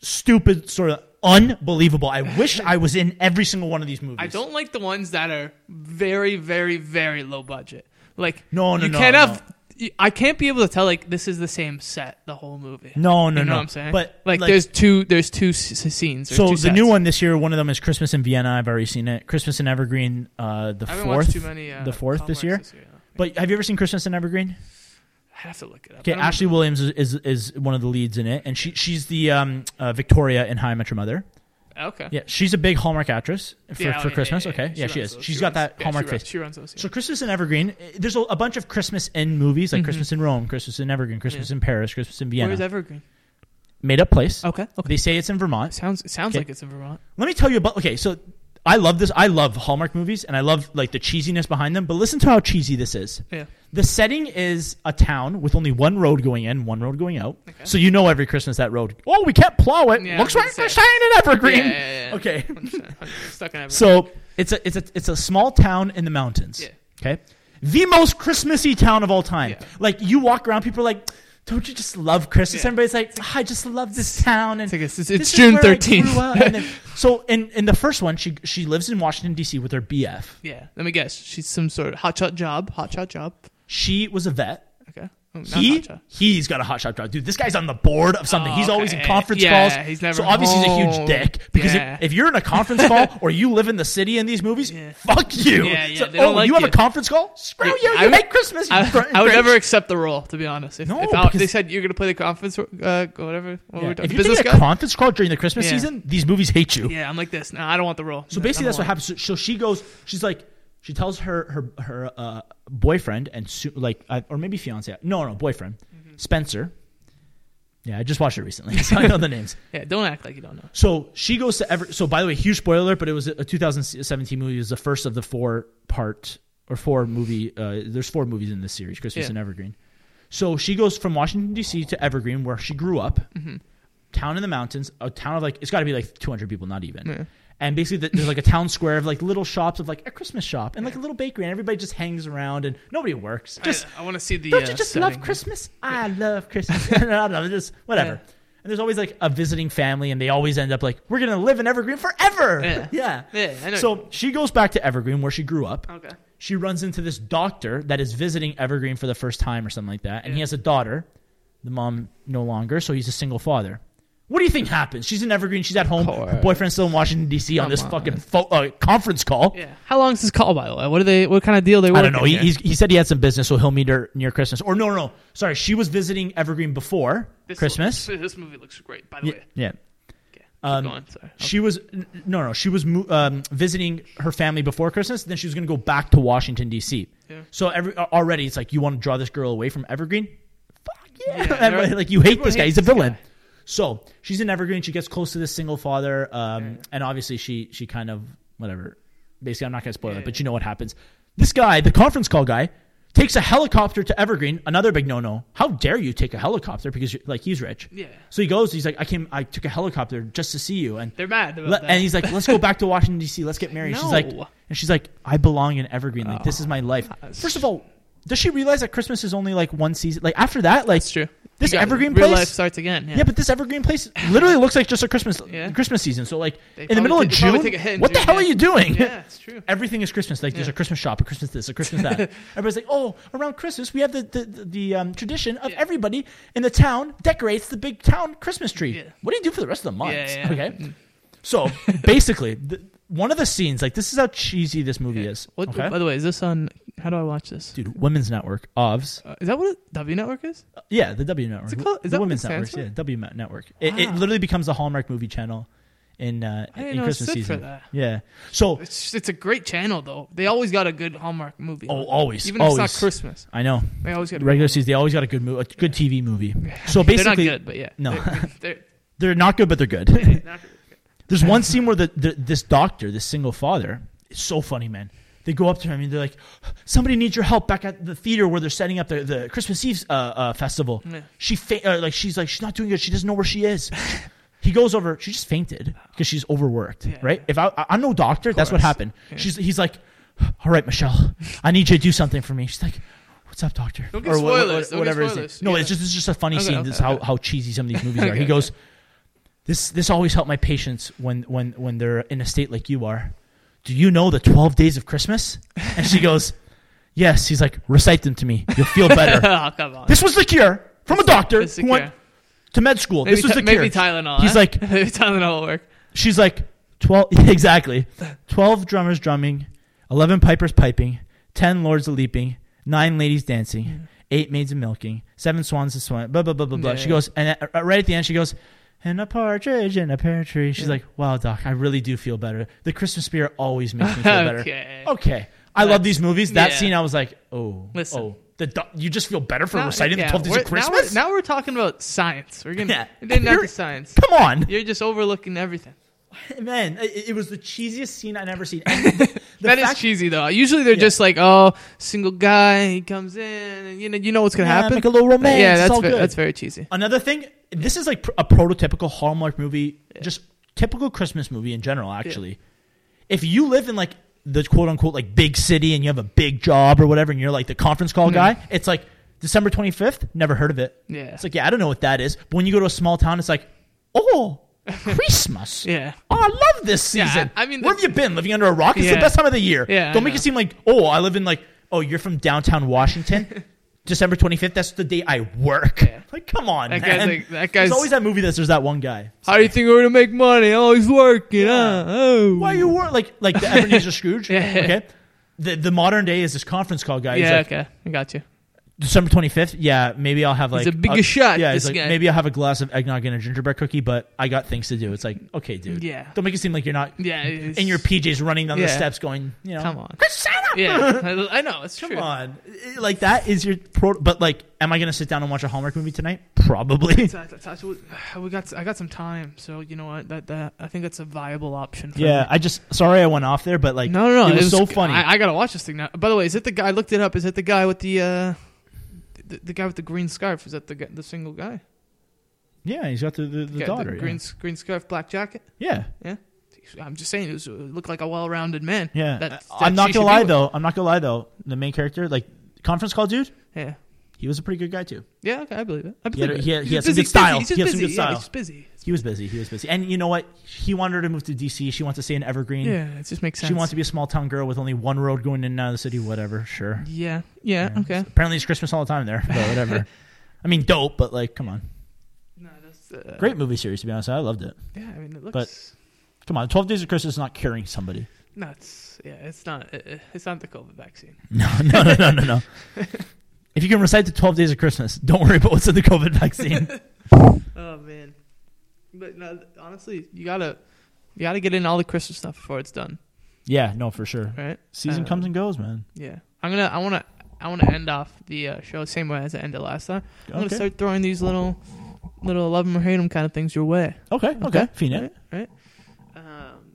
Speaker 1: stupid story, unbelievable. I wish I was in every single one of these movies.
Speaker 2: I don't like the ones that are very, very, very low budget. Like
Speaker 1: No, no,
Speaker 2: you
Speaker 1: no,
Speaker 2: can't
Speaker 1: no.
Speaker 2: have. you- I can't be able to tell like this is the same set the whole movie.
Speaker 1: No, no,
Speaker 2: you know
Speaker 1: no.
Speaker 2: What I'm saying,
Speaker 1: But,
Speaker 2: like,
Speaker 1: like-
Speaker 2: there's two, there's two s- s- scenes. there's
Speaker 1: So
Speaker 2: two
Speaker 1: the
Speaker 2: sets.
Speaker 1: new one this year, one of them is Christmas in Vienna. I've already seen it. Christmas in Evergreen, uh, the
Speaker 2: I haven't
Speaker 1: fourth,
Speaker 2: watched too many. Uh,
Speaker 1: the fourth this
Speaker 2: Hallmarks
Speaker 1: year.
Speaker 2: no.
Speaker 1: But have you ever seen Christmas in Evergreen?
Speaker 2: I have to look it up.
Speaker 1: Okay,
Speaker 2: I don't
Speaker 1: Ashley Williams is, is is one of the leads in it, and she she's the um, uh, Victoria in How I Met Your Mother.
Speaker 2: remember. Okay.
Speaker 1: Yeah, she's a big Hallmark actress for,
Speaker 2: Yeah,
Speaker 1: for
Speaker 2: oh, yeah,
Speaker 1: Christmas.
Speaker 2: yeah, yeah.
Speaker 1: Okay, yeah, she,
Speaker 2: runs
Speaker 1: is.
Speaker 2: those.
Speaker 1: She's
Speaker 2: She
Speaker 1: got
Speaker 2: runs-
Speaker 1: that
Speaker 2: yeah, she
Speaker 1: Hallmark
Speaker 2: runs-
Speaker 1: face.
Speaker 2: She runs those. yeah.
Speaker 1: So Christmas in Evergreen, eh, there's a, a bunch of Christmas in movies
Speaker 2: Mm-hmm.
Speaker 1: like Christmas in Rome, Christmas in Evergreen, Christmas in Paris, Christmas in Vienna.
Speaker 2: Where's Evergreen?
Speaker 1: Made up place.
Speaker 2: Okay. Oh, Okay.
Speaker 1: They say it's in Vermont.
Speaker 2: Sounds it sounds
Speaker 1: Okay.
Speaker 2: like it's in Vermont.
Speaker 1: Let me tell you about. Okay, so I love this. I love Hallmark movies, and I love like the cheesiness behind them. But listen to how cheesy this is.
Speaker 2: Yeah.
Speaker 1: The setting is a town with only one road going in, one road going out.
Speaker 2: Okay.
Speaker 1: So you know every Christmas that road. Oh, we can't plow it.
Speaker 2: Yeah,
Speaker 1: Looks
Speaker 2: I
Speaker 1: right
Speaker 2: was
Speaker 1: for
Speaker 2: gonna
Speaker 1: shine and evergreen.
Speaker 2: Yeah, yeah, yeah.
Speaker 1: Okay.
Speaker 2: 100%, 100%, Stuck in Evergreen.
Speaker 1: So it's a it's a it's a small town in the mountains.
Speaker 2: Yeah.
Speaker 1: Okay. The most Christmassy town of all time.
Speaker 2: Yeah.
Speaker 1: Like you walk around, people are like, "Don't you just love Christmas?"
Speaker 2: Yeah.
Speaker 1: Everybody's like, "Ah, "I just love this town." And
Speaker 2: It's like it's, it's,
Speaker 1: this is
Speaker 2: June
Speaker 1: where I grew
Speaker 2: thirteenth.
Speaker 1: up. And then- so in in the first one, she she lives in Washington D.C. with her BF.
Speaker 2: Yeah. Let me guess. She's some sort of hotshot job. Hotshot job.
Speaker 1: She was a vet.
Speaker 2: Okay. Oh, not
Speaker 1: He
Speaker 2: hotshot.
Speaker 1: he's got a hot shot job, dude. This guy's on the board of something.
Speaker 2: Oh,
Speaker 1: he's always in
Speaker 2: okay.
Speaker 1: conference
Speaker 2: Yeah,
Speaker 1: calls.
Speaker 2: he's never
Speaker 1: so obviously he's a
Speaker 2: home.
Speaker 1: huge dick because if-
Speaker 2: Yeah.
Speaker 1: if, you're in a conference call or you live in the city in these movies,
Speaker 2: Yeah.
Speaker 1: fuck you.
Speaker 2: Yeah, yeah,
Speaker 1: So,
Speaker 2: they don't
Speaker 1: oh,
Speaker 2: like
Speaker 1: you have
Speaker 2: you.
Speaker 1: a conference call? Screw
Speaker 2: Yeah,
Speaker 1: you. You
Speaker 2: I would-
Speaker 1: hate Christmas. You
Speaker 2: I,
Speaker 1: gr-
Speaker 2: I would
Speaker 1: Grinch.
Speaker 2: never accept the role, to be honest. If,
Speaker 1: No,
Speaker 2: if I, they
Speaker 1: because-
Speaker 2: said you're going to play the conference, uh, go whatever. What
Speaker 1: Yeah.
Speaker 2: were we talking-
Speaker 1: If you're
Speaker 2: business
Speaker 1: taking
Speaker 2: guy.
Speaker 1: a conference call during the Christmas
Speaker 2: Yeah.
Speaker 1: season, these movies hate you.
Speaker 2: yeah, I'm like this. No, I don't want the role.
Speaker 1: So basically, that's what happens. So, so she goes. She's like, she tells her her her uh, boyfriend and su- like, uh, or maybe fiance. No, no, boyfriend,
Speaker 2: Mm-hmm.
Speaker 1: Spencer. Yeah, I just watched it recently, so I know the names.
Speaker 2: Yeah, don't act like you don't know.
Speaker 1: So she goes to ever. So by the way, huge spoiler, alert, but it was a 2017 movie. It was the first of the four part or four movie. Uh, there's four movies in this series, Christmas
Speaker 2: Yeah.
Speaker 1: and Evergreen. So she goes from Washington D.C. to Evergreen, where she grew up,
Speaker 2: Mm-hmm.
Speaker 1: town in the mountains, a town of like it's got to be like 200 people, not even. And basically, th- there's like a town square of like little shops of like a Christmas shop and like a little bakery, and everybody just hangs around and nobody works. Just
Speaker 2: I, I want to see the.
Speaker 1: don't
Speaker 2: uh,
Speaker 1: you just
Speaker 2: setting.
Speaker 1: love Christmas? I love Christmas. I don't know, just whatever.
Speaker 2: Yeah.
Speaker 1: And there's always like a visiting family, and they always end up like, we're gonna live in Evergreen forever.
Speaker 2: Yeah.
Speaker 1: yeah.
Speaker 2: Yeah, I know. Um,
Speaker 1: So she goes back to Evergreen where she grew up.
Speaker 2: Okay.
Speaker 1: She runs into this doctor that is visiting Evergreen for the first time or something like that, and he
Speaker 2: Yeah.
Speaker 1: has a daughter. The mom no longer, so he's a single father. What do you think happens? She's in Evergreen. She's at home. Her
Speaker 2: course.
Speaker 1: boyfriend's still in Washington D.C. on
Speaker 2: Come
Speaker 1: this
Speaker 2: on.
Speaker 1: fucking fo- uh, conference call.
Speaker 2: Yeah. How long is this call, by the way? What are they? What kind of deal they?
Speaker 1: I don't know.
Speaker 2: working
Speaker 1: He,
Speaker 2: here?
Speaker 1: he's, he said he had some business, so he'll meet her near Christmas. Or no, no, no. Sorry, she was visiting Evergreen before
Speaker 2: This
Speaker 1: Christmas.
Speaker 2: looks- this movie looks great, by the
Speaker 1: Y-
Speaker 2: way.
Speaker 1: yeah.
Speaker 2: Okay. Um, going. Sorry.
Speaker 1: She was n- no, no. She was mo- um, visiting her family before Christmas. Then she was going to go back to Washington D.C.
Speaker 2: Yeah.
Speaker 1: So every a- already, it's like you want to draw this girl away from Evergreen. Fuck yeah!
Speaker 2: Yeah,
Speaker 1: Everybody-
Speaker 2: they're-
Speaker 1: like you hate
Speaker 2: everyone
Speaker 1: this guy.
Speaker 2: hates
Speaker 1: He's a
Speaker 2: this
Speaker 1: villain.
Speaker 2: guy.
Speaker 1: So she's in Evergreen. She gets close to this single father, um,
Speaker 2: Yeah.
Speaker 1: and obviously she she kind of whatever. Basically, I'm not going to spoil
Speaker 2: Yeah,
Speaker 1: it, but
Speaker 2: yeah.
Speaker 1: you know what happens. This guy, the conference call guy, takes a helicopter to Evergreen. Another big no-no. How dare you take a helicopter? Because you're, like he's rich.
Speaker 2: Yeah.
Speaker 1: So he goes. He's like, I came. I took a helicopter just to see you, and
Speaker 2: They're mad about
Speaker 1: Le-
Speaker 2: that.
Speaker 1: and he's like, let's go back to Washington D.C. Let's get married. She's like,
Speaker 2: No. Oh,
Speaker 1: and she's like, I belong in Evergreen. Like this is my life.
Speaker 2: That's-
Speaker 1: First of all, does she realize that Christmas is only like one season? Like after that, like
Speaker 2: That's true.
Speaker 1: this
Speaker 2: You got it.
Speaker 1: Evergreen
Speaker 2: Real
Speaker 1: place-
Speaker 2: life starts again. Yeah.
Speaker 1: yeah, but this Evergreen place literally looks like just a Christmas
Speaker 2: Yeah.
Speaker 1: Christmas season. So like
Speaker 2: They
Speaker 1: in the middle of June,
Speaker 2: probably take- they probably take a hit in
Speaker 1: what the
Speaker 2: June,
Speaker 1: hell are
Speaker 2: yeah.
Speaker 1: you doing?
Speaker 2: yeah, it's true.
Speaker 1: Everything is Christmas. Like there's
Speaker 2: Yeah.
Speaker 1: a Christmas shop, a Christmas this, a Christmas that. Everybody's like, oh, around Christmas we have the the, the, the, um, tradition of
Speaker 2: Yeah.
Speaker 1: everybody in the town decorates the big town Christmas tree.
Speaker 2: Yeah.
Speaker 1: What do you do for the rest of the month?
Speaker 2: Yeah, yeah.
Speaker 1: Okay. So basically, the, one of the scenes, like this is how cheesy this movie is.
Speaker 2: What,
Speaker 1: okay?
Speaker 2: By the way, is this on? How do I watch this?
Speaker 1: Dude, Women's Network, OVS.
Speaker 2: Uh, is that what it- W Network is?
Speaker 1: Yeah, the W Network.
Speaker 2: it called- is
Speaker 1: the
Speaker 2: that what
Speaker 1: Women's
Speaker 2: it
Speaker 1: Network.
Speaker 2: stands
Speaker 1: Yeah,
Speaker 2: for?
Speaker 1: W Ma- Network. It, it
Speaker 2: Wow.
Speaker 1: literally becomes the Hallmark movie channel in, uh,
Speaker 2: I didn't
Speaker 1: in
Speaker 2: know it
Speaker 1: Christmas
Speaker 2: stood for
Speaker 1: season.
Speaker 2: that.
Speaker 1: Yeah. So,
Speaker 2: It's it's a great channel though. They always got a good Hallmark movie.
Speaker 1: oh,
Speaker 2: on.
Speaker 1: always.
Speaker 2: even
Speaker 1: always.
Speaker 2: if it's not Christmas,
Speaker 1: I know.
Speaker 2: they always got a
Speaker 1: Regular
Speaker 2: good
Speaker 1: season, they always got a good movie, a good TV movie.
Speaker 2: Hallmark.
Speaker 1: So basically,
Speaker 2: they're not good, but yeah,
Speaker 1: no.
Speaker 2: They're- they're-
Speaker 1: they're not good, but they're good.
Speaker 2: they're not good.
Speaker 1: There's one scene where the, the this doctor, this single father, it's so funny, man. They go up to him and they're like, "Somebody needs your help back at the theater where they're setting up the, the Christmas Eve uh, uh, festival."
Speaker 2: Yeah.
Speaker 1: She fa- uh, like she's like she's not doing good. She doesn't know where she is. he goes over. She just fainted because she's overworked,
Speaker 2: Yeah.
Speaker 1: right? If I, I I'm no doctor, that's what
Speaker 2: course.
Speaker 1: happened.
Speaker 2: Yeah.
Speaker 1: She's he's like, "All right, Michelle, I need you to do something for me." She's like. What's up, doctor?
Speaker 2: Don't give
Speaker 1: wha- wha-
Speaker 2: spoilers. Don't give
Speaker 1: whatever it is.
Speaker 2: spoilers.
Speaker 1: No,
Speaker 2: Yeah.
Speaker 1: it's just it's just a funny
Speaker 2: Okay,
Speaker 1: scene.
Speaker 2: okay,
Speaker 1: this is how,
Speaker 2: okay.
Speaker 1: how cheesy some of these movies are.
Speaker 2: Okay,
Speaker 1: He
Speaker 2: okay.
Speaker 1: goes, this this always helped my patients when when when they're in a state like you are. Do you know the twelve days of Christmas? And she goes, Yes. He's like, recite them to me. You'll feel better.
Speaker 2: oh, come on.
Speaker 1: this was the cure from a doctor
Speaker 2: It's
Speaker 1: who went
Speaker 2: secure.
Speaker 1: to med school.
Speaker 2: Maybe
Speaker 1: this was
Speaker 2: Ty-
Speaker 1: the cure.
Speaker 2: maybe Tylenol.
Speaker 1: He's
Speaker 2: huh?
Speaker 1: like-
Speaker 2: maybe Tylenol will work.
Speaker 1: She's like, twelve exactly. Twelve drummers drumming, eleven pipers piping, ten lords a leaping, nine ladies dancing,
Speaker 2: Mm.
Speaker 1: eight maids a milking, seven swans a swan. Blah blah blah blah blah.
Speaker 2: Yeah,
Speaker 1: she
Speaker 2: yeah.
Speaker 1: goes, and at- uh, right at the end, she goes, and a partridge in a pear tree. She's
Speaker 2: Yeah.
Speaker 1: like, wow, doc, I really do feel better. The Christmas spirit always makes me feel better.
Speaker 2: okay.
Speaker 1: Okay, I love
Speaker 2: That's-
Speaker 1: these movies. That
Speaker 2: yeah.
Speaker 1: scene, I was like, oh,
Speaker 2: Listen.
Speaker 1: oh, the doc- you just feel better for
Speaker 2: Now-
Speaker 1: reciting
Speaker 2: yeah,
Speaker 1: the twelve days
Speaker 2: we're-
Speaker 1: of Christmas.
Speaker 2: Now we're, now we're talking about science. We're gonna
Speaker 1: Yeah.
Speaker 2: we didn't have
Speaker 1: You're-
Speaker 2: the science.
Speaker 1: Come on.
Speaker 2: You're just overlooking everything.
Speaker 1: Man, it, it was the cheesiest scene I'd ever seen. And the- the
Speaker 2: That is
Speaker 1: fact-
Speaker 2: cheesy though. Usually they're
Speaker 1: Yeah.
Speaker 2: just like, oh, single guy, he comes in, and you know, you know what's gonna
Speaker 1: Yeah,
Speaker 2: happen.
Speaker 1: make a little romance.
Speaker 2: Yeah,
Speaker 1: It's
Speaker 2: that's
Speaker 1: all
Speaker 2: ve-
Speaker 1: good.
Speaker 2: that's very cheesy.
Speaker 1: Another thing, this is like pr- a prototypical Hallmark movie, just typical Christmas movie in general, actually. If you live in like the quote unquote like big city and you have a big job or whatever and you're like the conference call guy, it's like December 25th, never heard of it.
Speaker 2: Mm-hmm. Yeah,
Speaker 1: It's like, yeah, I don't know what that is. But when you go to a small town, it's like, oh, Christmas.
Speaker 2: yeah.
Speaker 1: Oh, I love this
Speaker 2: Yeah,
Speaker 1: season.
Speaker 2: I- I mean,
Speaker 1: where
Speaker 2: the-
Speaker 1: have you been? Living under a rock? It's the
Speaker 2: Yeah.
Speaker 1: best time of the year.
Speaker 2: Yeah, I
Speaker 1: Don't make
Speaker 2: know.
Speaker 1: it seem like, oh, I live in like, oh, you're from downtown Washington. December 25th, that's the day I work.
Speaker 2: Yeah.
Speaker 1: Like, come on,
Speaker 2: That
Speaker 1: man.
Speaker 2: guy's like that
Speaker 1: There's
Speaker 2: guy's.
Speaker 1: always that movie that's there's that one guy.
Speaker 2: How do you think we're gonna make money? Oh, he's working.
Speaker 1: Yeah.
Speaker 2: Huh? Oh,
Speaker 1: Why you work? Like, like the Ebenezer Scrooge.
Speaker 2: Yeah.
Speaker 1: Okay. The, the modern day is this conference call guy. He's
Speaker 2: Yeah,
Speaker 1: like,
Speaker 2: okay, I got you.
Speaker 1: December 25th, yeah, maybe I'll have like.
Speaker 2: He's the biggest shot,
Speaker 1: Yeah, he's
Speaker 2: this
Speaker 1: like,
Speaker 2: guy.
Speaker 1: maybe I'll have a glass of eggnog and a gingerbread cookie, but I got things to do. It's like, okay, dude.
Speaker 2: Yeah.
Speaker 1: Don't make it seem like you're not
Speaker 2: Yeah, it's-
Speaker 1: in your PJs running down the
Speaker 2: Yeah.
Speaker 1: steps going, you know.
Speaker 2: Come on.
Speaker 1: Christina!
Speaker 2: Yeah, I, I know it's
Speaker 1: Come
Speaker 2: true.
Speaker 1: on. It- Like, that is your pro. But, like, am I going to sit down and watch a Hallmark movie tonight? Probably.
Speaker 2: So I- so I- so we- we got I got some time, so you know what? That, that I think that's a viable option. For
Speaker 1: yeah,
Speaker 2: me.
Speaker 1: I just. Sorry I went off there, but, like,
Speaker 2: no, no, no,
Speaker 1: it was so funny.
Speaker 2: I, I gotta watch this thing now. By the way, is it the guy? I looked it up. Is it the guy with the uh, the, the guy with the green scarf? Is that the guy- the single guy?
Speaker 1: yeah, he's got the, the, the
Speaker 2: Guy-
Speaker 1: daughter. yeah.
Speaker 2: green green scarf, black jacket.
Speaker 1: yeah.
Speaker 2: I'm just saying, it, was, it looked like a well-rounded man.
Speaker 1: Yeah.
Speaker 2: That- that
Speaker 1: Uh, I'm
Speaker 2: she
Speaker 1: not going
Speaker 2: should be
Speaker 1: to lie,
Speaker 2: with.
Speaker 1: though. I'm not going to lie, though. The main character, like, conference call dude,
Speaker 2: Yeah,
Speaker 1: he was a pretty good guy, too.
Speaker 2: yeah, okay, I believe it. I
Speaker 1: He had
Speaker 2: believe
Speaker 1: a-
Speaker 2: it.
Speaker 1: he had- he
Speaker 2: He's
Speaker 1: had some
Speaker 2: busy,
Speaker 1: good style.
Speaker 2: busy. He's just
Speaker 1: He had some
Speaker 2: busy.
Speaker 1: good
Speaker 2: yeah,
Speaker 1: style.
Speaker 2: He's busy.
Speaker 1: He was busy. He was busy. And you know what? He wanted her to move to DC. She wants to stay in Evergreen.
Speaker 2: Yeah, it just makes sense.
Speaker 1: She wants to be a small town girl with only one road going in and out of the city. Whatever. Sure.
Speaker 2: Yeah, yeah,
Speaker 1: Yeah.
Speaker 2: okay.
Speaker 1: apparently it's Christmas all the time there, but whatever. I mean, dope, but like, come on.
Speaker 2: No, that's uh,
Speaker 1: Great movie series, to be honest. I loved it.
Speaker 2: Yeah, I mean, it looks.
Speaker 1: Come on. 12 Days of Christmas is not curing somebody.
Speaker 2: No, it's yeah, it's not. It, it's not the COVID vaccine.
Speaker 1: No, no, no, no, no, no. if you can recite the 12 Days of Christmas, don't worry about what's in the COVID vaccine.
Speaker 2: Oh man, But no, th- honestly, you gotta you gotta get in all the Christmas stuff before it's done,
Speaker 1: Yeah, no, for sure.
Speaker 2: right?
Speaker 1: Season
Speaker 2: Um,
Speaker 1: comes and goes, man.
Speaker 2: Yeah, I'm gonna. I wanna. I wanna end off the uh, show same way as I ended last time. I'm gonna
Speaker 1: Okay.
Speaker 2: start throwing these little, little love 'em or hate 'em kind of things your way.
Speaker 1: Okay, okay. Phoenix.
Speaker 2: Right. Right. Um,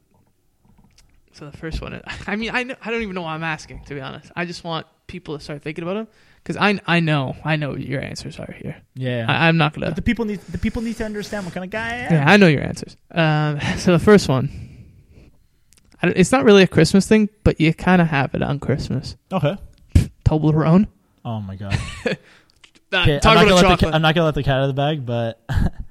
Speaker 2: so the first one, I mean, I know, I don't even know why I'm asking to be honest. I just want people to start thinking about them because I I know I know what your answers are here.
Speaker 1: Yeah.
Speaker 2: I, I'm not gonna.
Speaker 1: but the people need the people need to understand what kind of guy I am.
Speaker 2: Yeah, I know your answers. Um, so the first one, I don't- it's not really a Christmas thing, but you kind of have it on Christmas.
Speaker 1: Okay.
Speaker 2: Toblerone.
Speaker 1: Oh my god.
Speaker 2: Nah,
Speaker 1: Okay,
Speaker 2: Uh, talk
Speaker 1: I'm, not
Speaker 2: about
Speaker 1: gonna let the,
Speaker 2: chocolate.
Speaker 1: ca- I'm not gonna let the cat out of the bag, but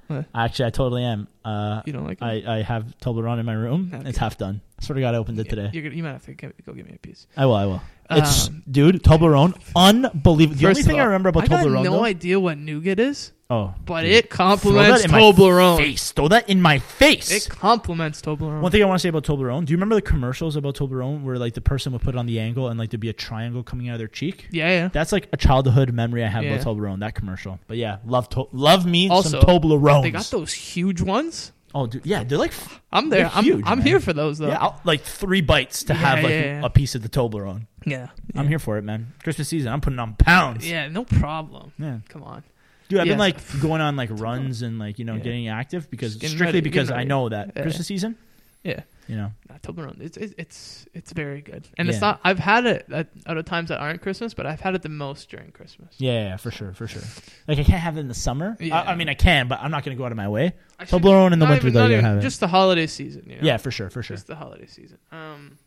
Speaker 2: What?
Speaker 1: actually, I totally am. Uh,
Speaker 2: you don't like it?
Speaker 1: I, I have Toblerone in my room.
Speaker 2: Okay.
Speaker 1: It's half done. Sort of got opened it
Speaker 2: Yeah,
Speaker 1: today.
Speaker 2: You're gonna, you might have to go, go get me a piece.
Speaker 1: I will. I will. It's
Speaker 2: Um,
Speaker 1: dude Toblerone, unbelievable. The only
Speaker 2: first of
Speaker 1: thing I
Speaker 2: all,
Speaker 1: remember about
Speaker 2: I got
Speaker 1: Toblerone,
Speaker 2: no
Speaker 1: though-
Speaker 2: idea what nougat is,
Speaker 1: oh,
Speaker 2: but
Speaker 1: dude,
Speaker 2: it complements
Speaker 1: in my
Speaker 2: Toblerone.
Speaker 1: face. Throw that in my face.
Speaker 2: It complements Toblerone.
Speaker 1: One thing I want to say about Toblerone. Do you remember the commercials about Toblerone where like the person would put it on the angle and like there'd be a triangle coming out of their cheek?
Speaker 2: yeah, yeah.
Speaker 1: That's like a childhood memory I have
Speaker 2: Yeah.
Speaker 1: about Toblerone. That commercial. But yeah, love to- love me some
Speaker 2: Also,
Speaker 1: Toblerone.
Speaker 2: They got those huge ones.
Speaker 1: oh, dude, yeah, they're like f-
Speaker 2: I'm there.
Speaker 1: They're
Speaker 2: I'm,
Speaker 1: huge,
Speaker 2: I'm
Speaker 1: man.
Speaker 2: here for those though.
Speaker 1: yeah, I'll- like three bites to
Speaker 2: Yeah,
Speaker 1: have like
Speaker 2: yeah, yeah.
Speaker 1: a piece of the Toblerone.
Speaker 2: yeah.
Speaker 1: I'm
Speaker 2: yeah.
Speaker 1: here for it, man. Christmas season, I'm putting on pounds.
Speaker 2: Yeah, no problem.
Speaker 1: Yeah.
Speaker 2: Come on.
Speaker 1: Dude, I've
Speaker 2: Yeah.
Speaker 1: been like going on like runs and like, you know,
Speaker 2: Yeah.
Speaker 1: getting active because
Speaker 2: Just getting
Speaker 1: strictly
Speaker 2: ready,
Speaker 1: because
Speaker 2: getting
Speaker 1: I
Speaker 2: ready.
Speaker 1: know that
Speaker 2: Yeah.
Speaker 1: Christmas season,
Speaker 2: Yeah.
Speaker 1: you know.
Speaker 2: Nah, Toblerone, it's it's it's, it's very good, and it's
Speaker 1: Yeah.
Speaker 2: not. I've had it at other times that aren't Christmas, but I've had it the most during Christmas.
Speaker 1: Yeah, yeah, yeah, for sure, for sure. Like I can't have it in the summer.
Speaker 2: Yeah.
Speaker 1: I, I mean, I can, but I'm not going to go out of my way.
Speaker 2: I should-
Speaker 1: Toblerone in the
Speaker 2: not
Speaker 1: winter
Speaker 2: even-
Speaker 1: though,
Speaker 2: not
Speaker 1: you
Speaker 2: even-
Speaker 1: have it.
Speaker 2: just the holiday season. You know?
Speaker 1: yeah, for sure, for sure.
Speaker 2: just the holiday season. Um,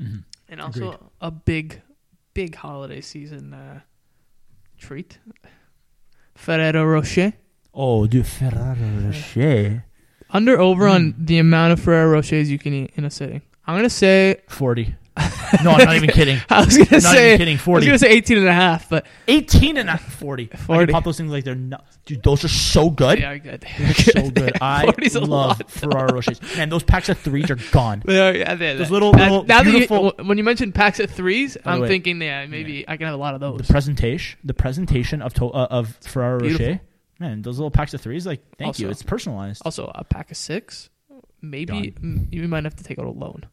Speaker 1: Mhm.
Speaker 2: and also a big, big holiday season uh, treat. Ferrero Rocher.
Speaker 1: Oh, dude, Ferrero Rocher,
Speaker 2: Under over on
Speaker 1: Mm.
Speaker 2: the amount of Ferrero Rochers you can eat in a sitting. I'm gonna say
Speaker 1: forty. No, I'm not even kidding.
Speaker 2: I was gonna
Speaker 1: Not
Speaker 2: say
Speaker 1: even kidding.
Speaker 2: I was
Speaker 1: Forty.
Speaker 2: gonna say 18 and a half, but
Speaker 1: 18 and not 40. 40. I
Speaker 2: 40.
Speaker 1: can pop those things like they're not. Dude, those are so good.
Speaker 2: they are good. They
Speaker 1: They're
Speaker 2: are good.
Speaker 1: so good. I
Speaker 2: 40's a
Speaker 1: love
Speaker 2: lot,
Speaker 1: Ferraro Rochers. Man, those packs of threes are gone.
Speaker 2: They are, yeah, they-
Speaker 1: Those little-
Speaker 2: that-
Speaker 1: little
Speaker 2: now that you-
Speaker 1: beautiful-
Speaker 2: when you mentioned packs of threes,
Speaker 1: the
Speaker 2: I'm
Speaker 1: way-
Speaker 2: thinking, yeah, maybe I can have a lot of
Speaker 1: The
Speaker 2: those.
Speaker 1: presentation, the presentation of to, uh, of Ferraro
Speaker 2: Beautiful.
Speaker 1: Rocher. Man, those little packs of threes, like, thank you.
Speaker 2: Also-
Speaker 1: It's personalized.
Speaker 2: Also, a pack of six, maybe m- you might have to take out a loan.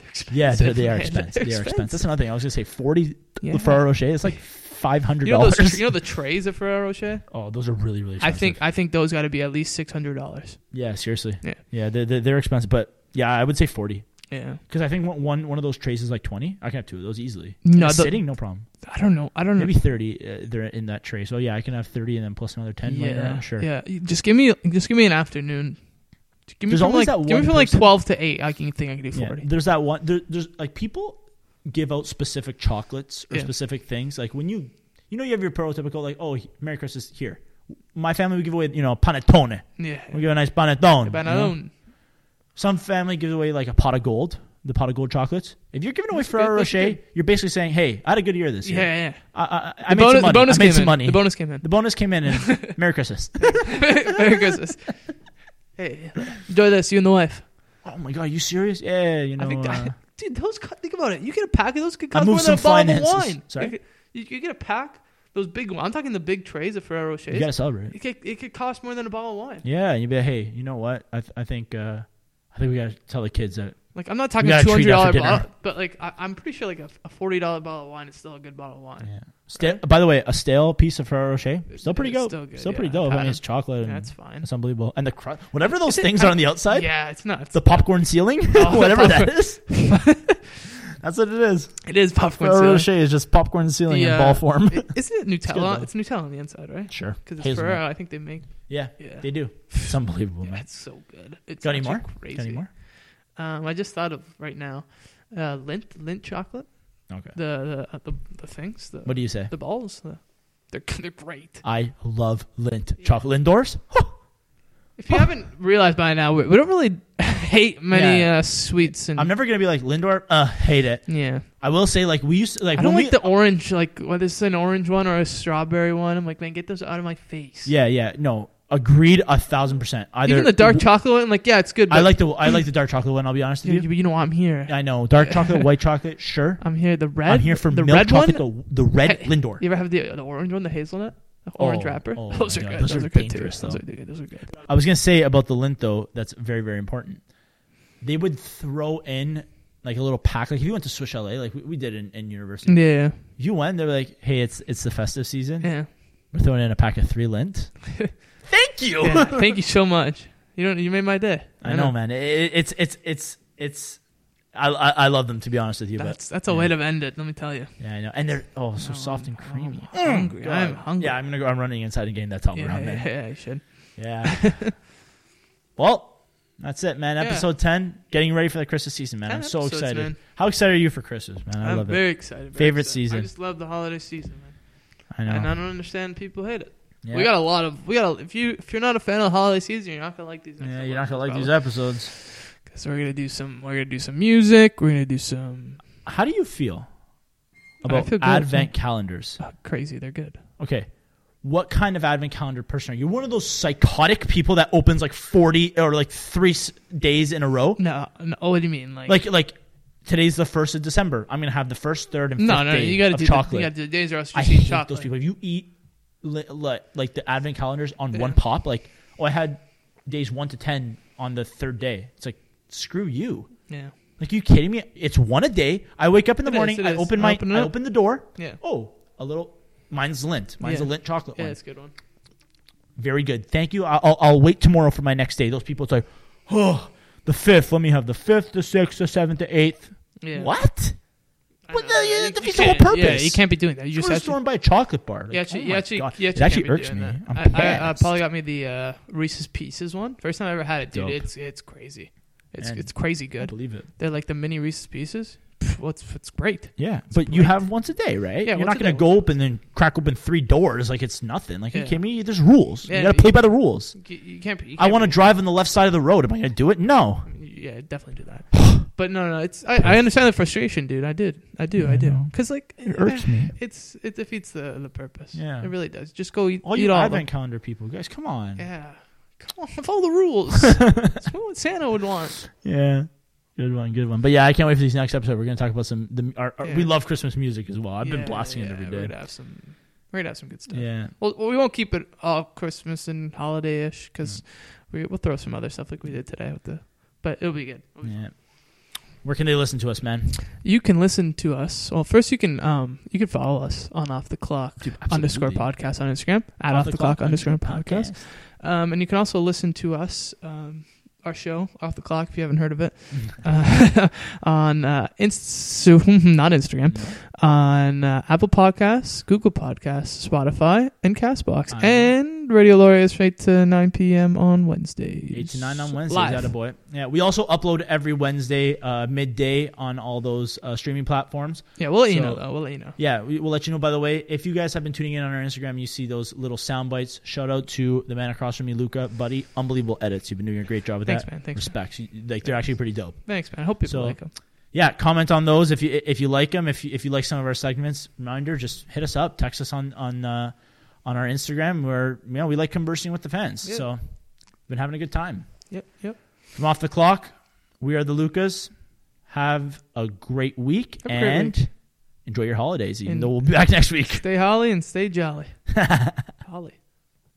Speaker 2: They're
Speaker 1: yeah, they're,
Speaker 2: expensive,
Speaker 1: they are
Speaker 2: man.
Speaker 1: expensive.
Speaker 2: They're
Speaker 1: They are expensive. That's another thing. I was gonna say 40
Speaker 2: Yeah.
Speaker 1: the Ferrero Rocher. It's like five hundred
Speaker 2: You know,
Speaker 1: dollars.
Speaker 2: those, you know the trays of Ferrero Rocher.
Speaker 1: oh, those are really really.
Speaker 2: I
Speaker 1: Expensive.
Speaker 2: think I think those got to be at least six hundred dollars.
Speaker 1: Yeah, seriously.
Speaker 2: Yeah.
Speaker 1: Yeah, they're, they're, they're expensive, but yeah, I would say forty
Speaker 2: Yeah,
Speaker 1: because I think one- one one of those trays is like twenty. I can have two of those easily.
Speaker 2: No,
Speaker 1: No,
Speaker 2: the-
Speaker 1: sitting, no problem.
Speaker 2: I don't know. I don't
Speaker 1: maybe
Speaker 2: know.
Speaker 1: 30 uh, they're in that tray so yeah i can have 30 and then plus another 10
Speaker 2: yeah,
Speaker 1: laying around, sure
Speaker 2: yeah. You- Just give me just give me an afternoon. Just Give me
Speaker 1: There's
Speaker 2: from like
Speaker 1: always that
Speaker 2: give me
Speaker 1: one
Speaker 2: from like
Speaker 1: person-
Speaker 2: twelve to eight. I can think I can do
Speaker 1: Yeah.
Speaker 2: forty.
Speaker 1: there's that one there, there's like people give out specific chocolates or
Speaker 2: Yeah.
Speaker 1: specific things like when you you know you have your prototypical like oh merry christmas here my family would give away you know panettone
Speaker 2: Yeah,
Speaker 1: we give a nice panettone you
Speaker 2: About
Speaker 1: know?
Speaker 2: own.
Speaker 1: some family gives away like a pot of gold the pot of gold chocolates if you're giving away
Speaker 2: That's good,
Speaker 1: ferrero
Speaker 2: that's
Speaker 1: rocher
Speaker 2: good.
Speaker 1: you're basically saying hey i had a good year this
Speaker 2: Yeah,
Speaker 1: year
Speaker 2: yeah.
Speaker 1: i, I, I
Speaker 2: The
Speaker 1: made
Speaker 2: bonus-
Speaker 1: some money
Speaker 2: The bonus
Speaker 1: i made
Speaker 2: came
Speaker 1: some
Speaker 2: in.
Speaker 1: money
Speaker 2: The bonus came in.
Speaker 1: the bonus came in and merry christmas
Speaker 2: Merry Christmas. Hey, enjoy this. You and the wife.
Speaker 1: oh my god you serious yeah you know
Speaker 2: I think that,
Speaker 1: uh,
Speaker 2: dude, those co- think about it. You get a pack of those could
Speaker 1: I
Speaker 2: cost
Speaker 1: moved
Speaker 2: more than a
Speaker 1: some
Speaker 2: bottle of
Speaker 1: finances.
Speaker 2: wine.
Speaker 1: Sorry?
Speaker 2: You, could- you- you get a pack, those big ones. I'm talking the big trays of Ferrero Rochers.
Speaker 1: you gotta celebrate
Speaker 2: It could, it could cost more than a bottle of wine.
Speaker 1: Yeah, and you'd be like, hey, you know what? I, th- I think uh, I think we gotta tell the kids that.
Speaker 2: Like I'm not talking
Speaker 1: gotta
Speaker 2: two
Speaker 1: treat her
Speaker 2: hundred dollar
Speaker 1: for
Speaker 2: bottle,
Speaker 1: dinner.
Speaker 2: but like I, I'm pretty sure like a, a forty dollar bottle of wine is still a good bottle of wine.
Speaker 1: Yeah. Sta- By the way, a stale piece of Ferrero Rocher, still pretty
Speaker 2: It's
Speaker 1: dope.
Speaker 2: still
Speaker 1: Still,
Speaker 2: good,
Speaker 1: pretty
Speaker 2: yeah.
Speaker 1: dope. I
Speaker 2: Pat-
Speaker 1: mean, it's chocolate. And
Speaker 2: That's fine.
Speaker 1: It's unbelievable. And the cru- whatever those
Speaker 2: Is it-
Speaker 1: things are on the outside,
Speaker 2: Yeah, it's nuts.
Speaker 1: the popcorn ceiling,
Speaker 2: Oh, the
Speaker 1: whatever that
Speaker 2: popcorn-
Speaker 1: is, that's what it is.
Speaker 2: it is popcorn
Speaker 1: Ferrero
Speaker 2: ceiling.
Speaker 1: Rocher is just popcorn ceiling
Speaker 2: The,
Speaker 1: in
Speaker 2: uh,
Speaker 1: ball form.
Speaker 2: It- Isn't it Nutella?
Speaker 1: though.
Speaker 2: It's, Nutella on the inside, right?
Speaker 1: sure,
Speaker 2: Because it's
Speaker 1: Hazelnut.
Speaker 2: Ferrero. I think they make.
Speaker 1: Yeah,
Speaker 2: Yeah.
Speaker 1: they do. It's unbelievable,
Speaker 2: Yeah,
Speaker 1: man.
Speaker 2: it's so good. It's
Speaker 1: Got any
Speaker 2: actually
Speaker 1: more?
Speaker 2: Crazy.
Speaker 1: Got any more?
Speaker 2: Um, I just thought of right now, uh, lint lint chocolate.
Speaker 1: Okay.
Speaker 2: The the uh, the, the things the
Speaker 1: What do you say?
Speaker 2: the balls. The, they're they're great.
Speaker 1: I love Lint
Speaker 2: Yeah.
Speaker 1: chocolate. Lindors.
Speaker 2: If you haven't realized by now, we, we don't really hate many
Speaker 1: Yeah.
Speaker 2: uh, sweets and
Speaker 1: I'm never gonna be like Lindor. Uh, hate it.
Speaker 2: yeah.
Speaker 1: I will say, like we used to, like
Speaker 2: I don't
Speaker 1: when
Speaker 2: like
Speaker 1: we,
Speaker 2: the orange. Like whether it's an orange one or a strawberry one, I'm like, man, get those out of my face.
Speaker 1: Yeah, yeah, no, agreed a thousand percent. Either
Speaker 2: Even the dark chocolate one, like yeah, it's good. But
Speaker 1: I like the I like the dark chocolate one. I'll be honest with
Speaker 2: you,
Speaker 1: you.
Speaker 2: but you know why I'm here.
Speaker 1: I know dark chocolate, white chocolate, sure.
Speaker 2: I'm here. The red.
Speaker 1: I'm here for
Speaker 2: the
Speaker 1: milk
Speaker 2: red one.
Speaker 1: chocolate, the, the red
Speaker 2: Hey,
Speaker 1: Lindor.
Speaker 2: You ever have the the orange one, the hazelnut? The orange
Speaker 1: Oh,
Speaker 2: wrapper.
Speaker 1: oh
Speaker 2: those are
Speaker 1: my God.
Speaker 2: good.
Speaker 1: Those
Speaker 2: Those,
Speaker 1: are
Speaker 2: are, good too.
Speaker 1: dangerous,
Speaker 2: Those
Speaker 1: though.
Speaker 2: are good. Those are good.
Speaker 1: I was gonna say about the lint though. That's very very important. They would throw in like a little pack. Like if you went to Swish LA, like we, we did in, in university,
Speaker 2: Yeah.
Speaker 1: you went. They were like, "Hey, it's it's the festive season.
Speaker 2: Mm. Yeah.
Speaker 1: We're throwing in a pack of three lint." Thank you.
Speaker 2: yeah. Thank you so much. You don't. You made my day.
Speaker 1: I know, man. It, it's it's it's it's. I, I I love them to be honest with you,
Speaker 2: That's that's a way to end it. Let me tell you.
Speaker 1: but yeah, I know. And they're oh so
Speaker 2: No,
Speaker 1: soft
Speaker 2: I'm-
Speaker 1: and creamy.
Speaker 2: I'm hungry.
Speaker 1: God.
Speaker 2: I'm hungry.
Speaker 1: Yeah, I'm gonna go. I'm running inside and getting that top
Speaker 2: Yeah,
Speaker 1: around,
Speaker 2: yeah,
Speaker 1: man.
Speaker 2: yeah, you should.
Speaker 1: Yeah. well, that's it, man.
Speaker 2: Yeah.
Speaker 1: Episode 10, getting ready for the Christmas season, man.
Speaker 2: 10
Speaker 1: I'm so
Speaker 2: episodes,
Speaker 1: excited.
Speaker 2: man.
Speaker 1: How excited are you for Christmas, man? I
Speaker 2: I'm
Speaker 1: love it.
Speaker 2: very excited. very
Speaker 1: Favorite
Speaker 2: excited.
Speaker 1: season.
Speaker 2: I just love the holiday season, man.
Speaker 1: I know.
Speaker 2: And I don't understand people hate it.
Speaker 1: yeah.
Speaker 2: We got a lot of we got a, if you if you're not a fan of the holiday season, you're not gonna like these. next
Speaker 1: yeah,
Speaker 2: couple
Speaker 1: you're not gonna like
Speaker 2: episodes,
Speaker 1: these episodes.
Speaker 2: Because we're gonna do some, we're gonna do some music. We're gonna do some
Speaker 1: How do you feel about
Speaker 2: feel good,
Speaker 1: advent calendars?
Speaker 2: oh, crazy. They're good.
Speaker 1: Okay. What kind of advent calendar person are you? One of those psychotic people that opens like 40 or like 3 s- days in a row?
Speaker 2: No, no. Oh, what do you mean? Like,
Speaker 1: Like like today's the 1st of December. I'm going to have the 1st, 3rd and 5th
Speaker 2: no, no.
Speaker 1: day
Speaker 2: You gotta
Speaker 1: of
Speaker 2: do
Speaker 1: chocolate.
Speaker 2: The, you gotta do the days or else
Speaker 1: I
Speaker 2: you see
Speaker 1: hate
Speaker 2: chocolate.
Speaker 1: those people. If you eat li- li- like the advent calendars on one
Speaker 2: Yeah.
Speaker 1: pop, like oh, I had days one to ten on the third day. It's like screw you.
Speaker 2: Yeah,
Speaker 1: Like you kidding me? It's one a day. I wake up in the
Speaker 2: It is,
Speaker 1: morning.
Speaker 2: it
Speaker 1: I
Speaker 2: is.
Speaker 1: open
Speaker 2: I
Speaker 1: my
Speaker 2: open it
Speaker 1: I
Speaker 2: up.
Speaker 1: open the door.
Speaker 2: yeah,
Speaker 1: Oh, a little. Mine's lint. Mine's
Speaker 2: Yeah.
Speaker 1: a lint chocolate
Speaker 2: yeah.
Speaker 1: one.
Speaker 2: That's a good one.
Speaker 1: Very good. Thank you. I'll, I'll- I'll wait tomorrow for my next day. Those people, it's like, oh, the fifth. Let me have the fifth, the sixth, the seventh, the eighth.
Speaker 2: Yeah.
Speaker 1: What?
Speaker 2: I
Speaker 1: What
Speaker 2: know.
Speaker 1: the- that defeats the
Speaker 2: can't-
Speaker 1: whole purpose.
Speaker 2: Yeah, you can't be doing that. You
Speaker 1: You
Speaker 2: just
Speaker 1: just
Speaker 2: have
Speaker 1: store
Speaker 2: to.
Speaker 1: and buy a chocolate bar. Like,
Speaker 2: You actually,
Speaker 1: oh
Speaker 2: you
Speaker 1: my
Speaker 2: actually,
Speaker 1: God.
Speaker 2: you
Speaker 1: it
Speaker 2: actually
Speaker 1: actually
Speaker 2: can't be
Speaker 1: irks
Speaker 2: doing
Speaker 1: me.
Speaker 2: that.
Speaker 1: I'm
Speaker 2: I, I, uh,
Speaker 1: pissed.
Speaker 2: Polly got me the uh, Reese's Pieces one. First time I ever had it, dude.
Speaker 1: Dope.
Speaker 2: It's it's crazy. It's
Speaker 1: Man.
Speaker 2: it's crazy
Speaker 1: I
Speaker 2: good.
Speaker 1: believe it.
Speaker 2: They're like the mini Reese's Pieces. Pff, What's it's great.
Speaker 1: Yeah, but you
Speaker 2: great.
Speaker 1: have once a day, right?
Speaker 2: Yeah,
Speaker 1: You're not
Speaker 2: once a
Speaker 1: going
Speaker 2: day,
Speaker 1: to go open and crack open three doors like it's nothing. Like, you
Speaker 2: Yeah.
Speaker 1: kidding me? There's rules.
Speaker 2: Yeah,
Speaker 1: you got to
Speaker 2: dude.
Speaker 1: play by the rules.
Speaker 2: You, you can't. You
Speaker 1: I
Speaker 2: can't
Speaker 1: want to
Speaker 2: be-
Speaker 1: drive on the left side of the road. Am I going to do it? No.
Speaker 2: Yeah, definitely do that. but no, no, it's I, I understand the frustration, dude. I did, I do,
Speaker 1: Yeah, I
Speaker 2: I do.
Speaker 1: know.
Speaker 2: Because like, eh,
Speaker 1: It irks me.
Speaker 2: it's it defeats the the purpose.
Speaker 1: Yeah.
Speaker 2: it really does. Just go eat
Speaker 1: All
Speaker 2: eat
Speaker 1: you
Speaker 2: all of
Speaker 1: advent calendar people, guys, come on.
Speaker 2: them.
Speaker 1: Yeah.
Speaker 2: Yeah, come on, follow the rules. That's what Santa would want.
Speaker 1: Good one, good one. But yeah, I can't wait for these next episode. We're going to talk about some. The, our, our- We
Speaker 2: Yeah.
Speaker 1: love Christmas music as well. I've been
Speaker 2: Yeah,
Speaker 1: blasting it
Speaker 2: yeah,
Speaker 1: every
Speaker 2: We're
Speaker 1: day.
Speaker 2: gonna have some, we're gonna have some good stuff.
Speaker 1: Yeah.
Speaker 2: Well, well, we won't keep it all Christmas and holiday ish because we we'll throw some other stuff like we did today with the. But it'll be good.
Speaker 1: Yeah. Where can they listen to us, man?
Speaker 2: You can listen to us. Well, first you can um you can follow us on Off the Clock
Speaker 1: Dude,
Speaker 2: underscore podcast on Instagram at Off, the, Clock, underscore podcast. Um, and you can also listen to us um, our show Off the Clock if you haven't heard of it uh, on uh, inst- not Instagram on uh, Apple Podcasts, Google Podcasts, Spotify, and Castbox,
Speaker 1: I know.
Speaker 2: and Radio Laureate is right to nine p.m. on Wednesdays.
Speaker 1: Eight to nine on Wednesdays.
Speaker 2: Live.
Speaker 1: That a boy. Yeah, we also upload every Wednesday uh, midday on all those uh, streaming platforms.
Speaker 2: yeah, we'll let you
Speaker 1: So-
Speaker 2: know though. We'll let you know.
Speaker 1: Yeah, we, we'll let you know. By the way, if you guys have been tuning in on our Instagram, you see those little sound bites. Shout out to the man across from me, Luca, buddy. Unbelievable edits. You've been doing a great job with
Speaker 2: Thanks,
Speaker 1: that.
Speaker 2: man. Thanks,
Speaker 1: Respects. You- Like they're actually pretty dope.
Speaker 2: thanks, man. I hope people
Speaker 1: So-
Speaker 2: like them.
Speaker 1: Yeah, comment on those if you if you like them. If you, if you like some of our segments, reminder, just hit us up, text us on on uh, on our Instagram. Where you know we like conversing with the fans.
Speaker 2: Yeah.
Speaker 1: So been having a good time.
Speaker 2: Yep, yep.
Speaker 1: from off the clock. We are the Lucas. Have a great week
Speaker 2: Have a great
Speaker 1: and enjoy your holidays. Even
Speaker 2: And-
Speaker 1: though we'll be back next week.
Speaker 2: Stay holly and stay jolly.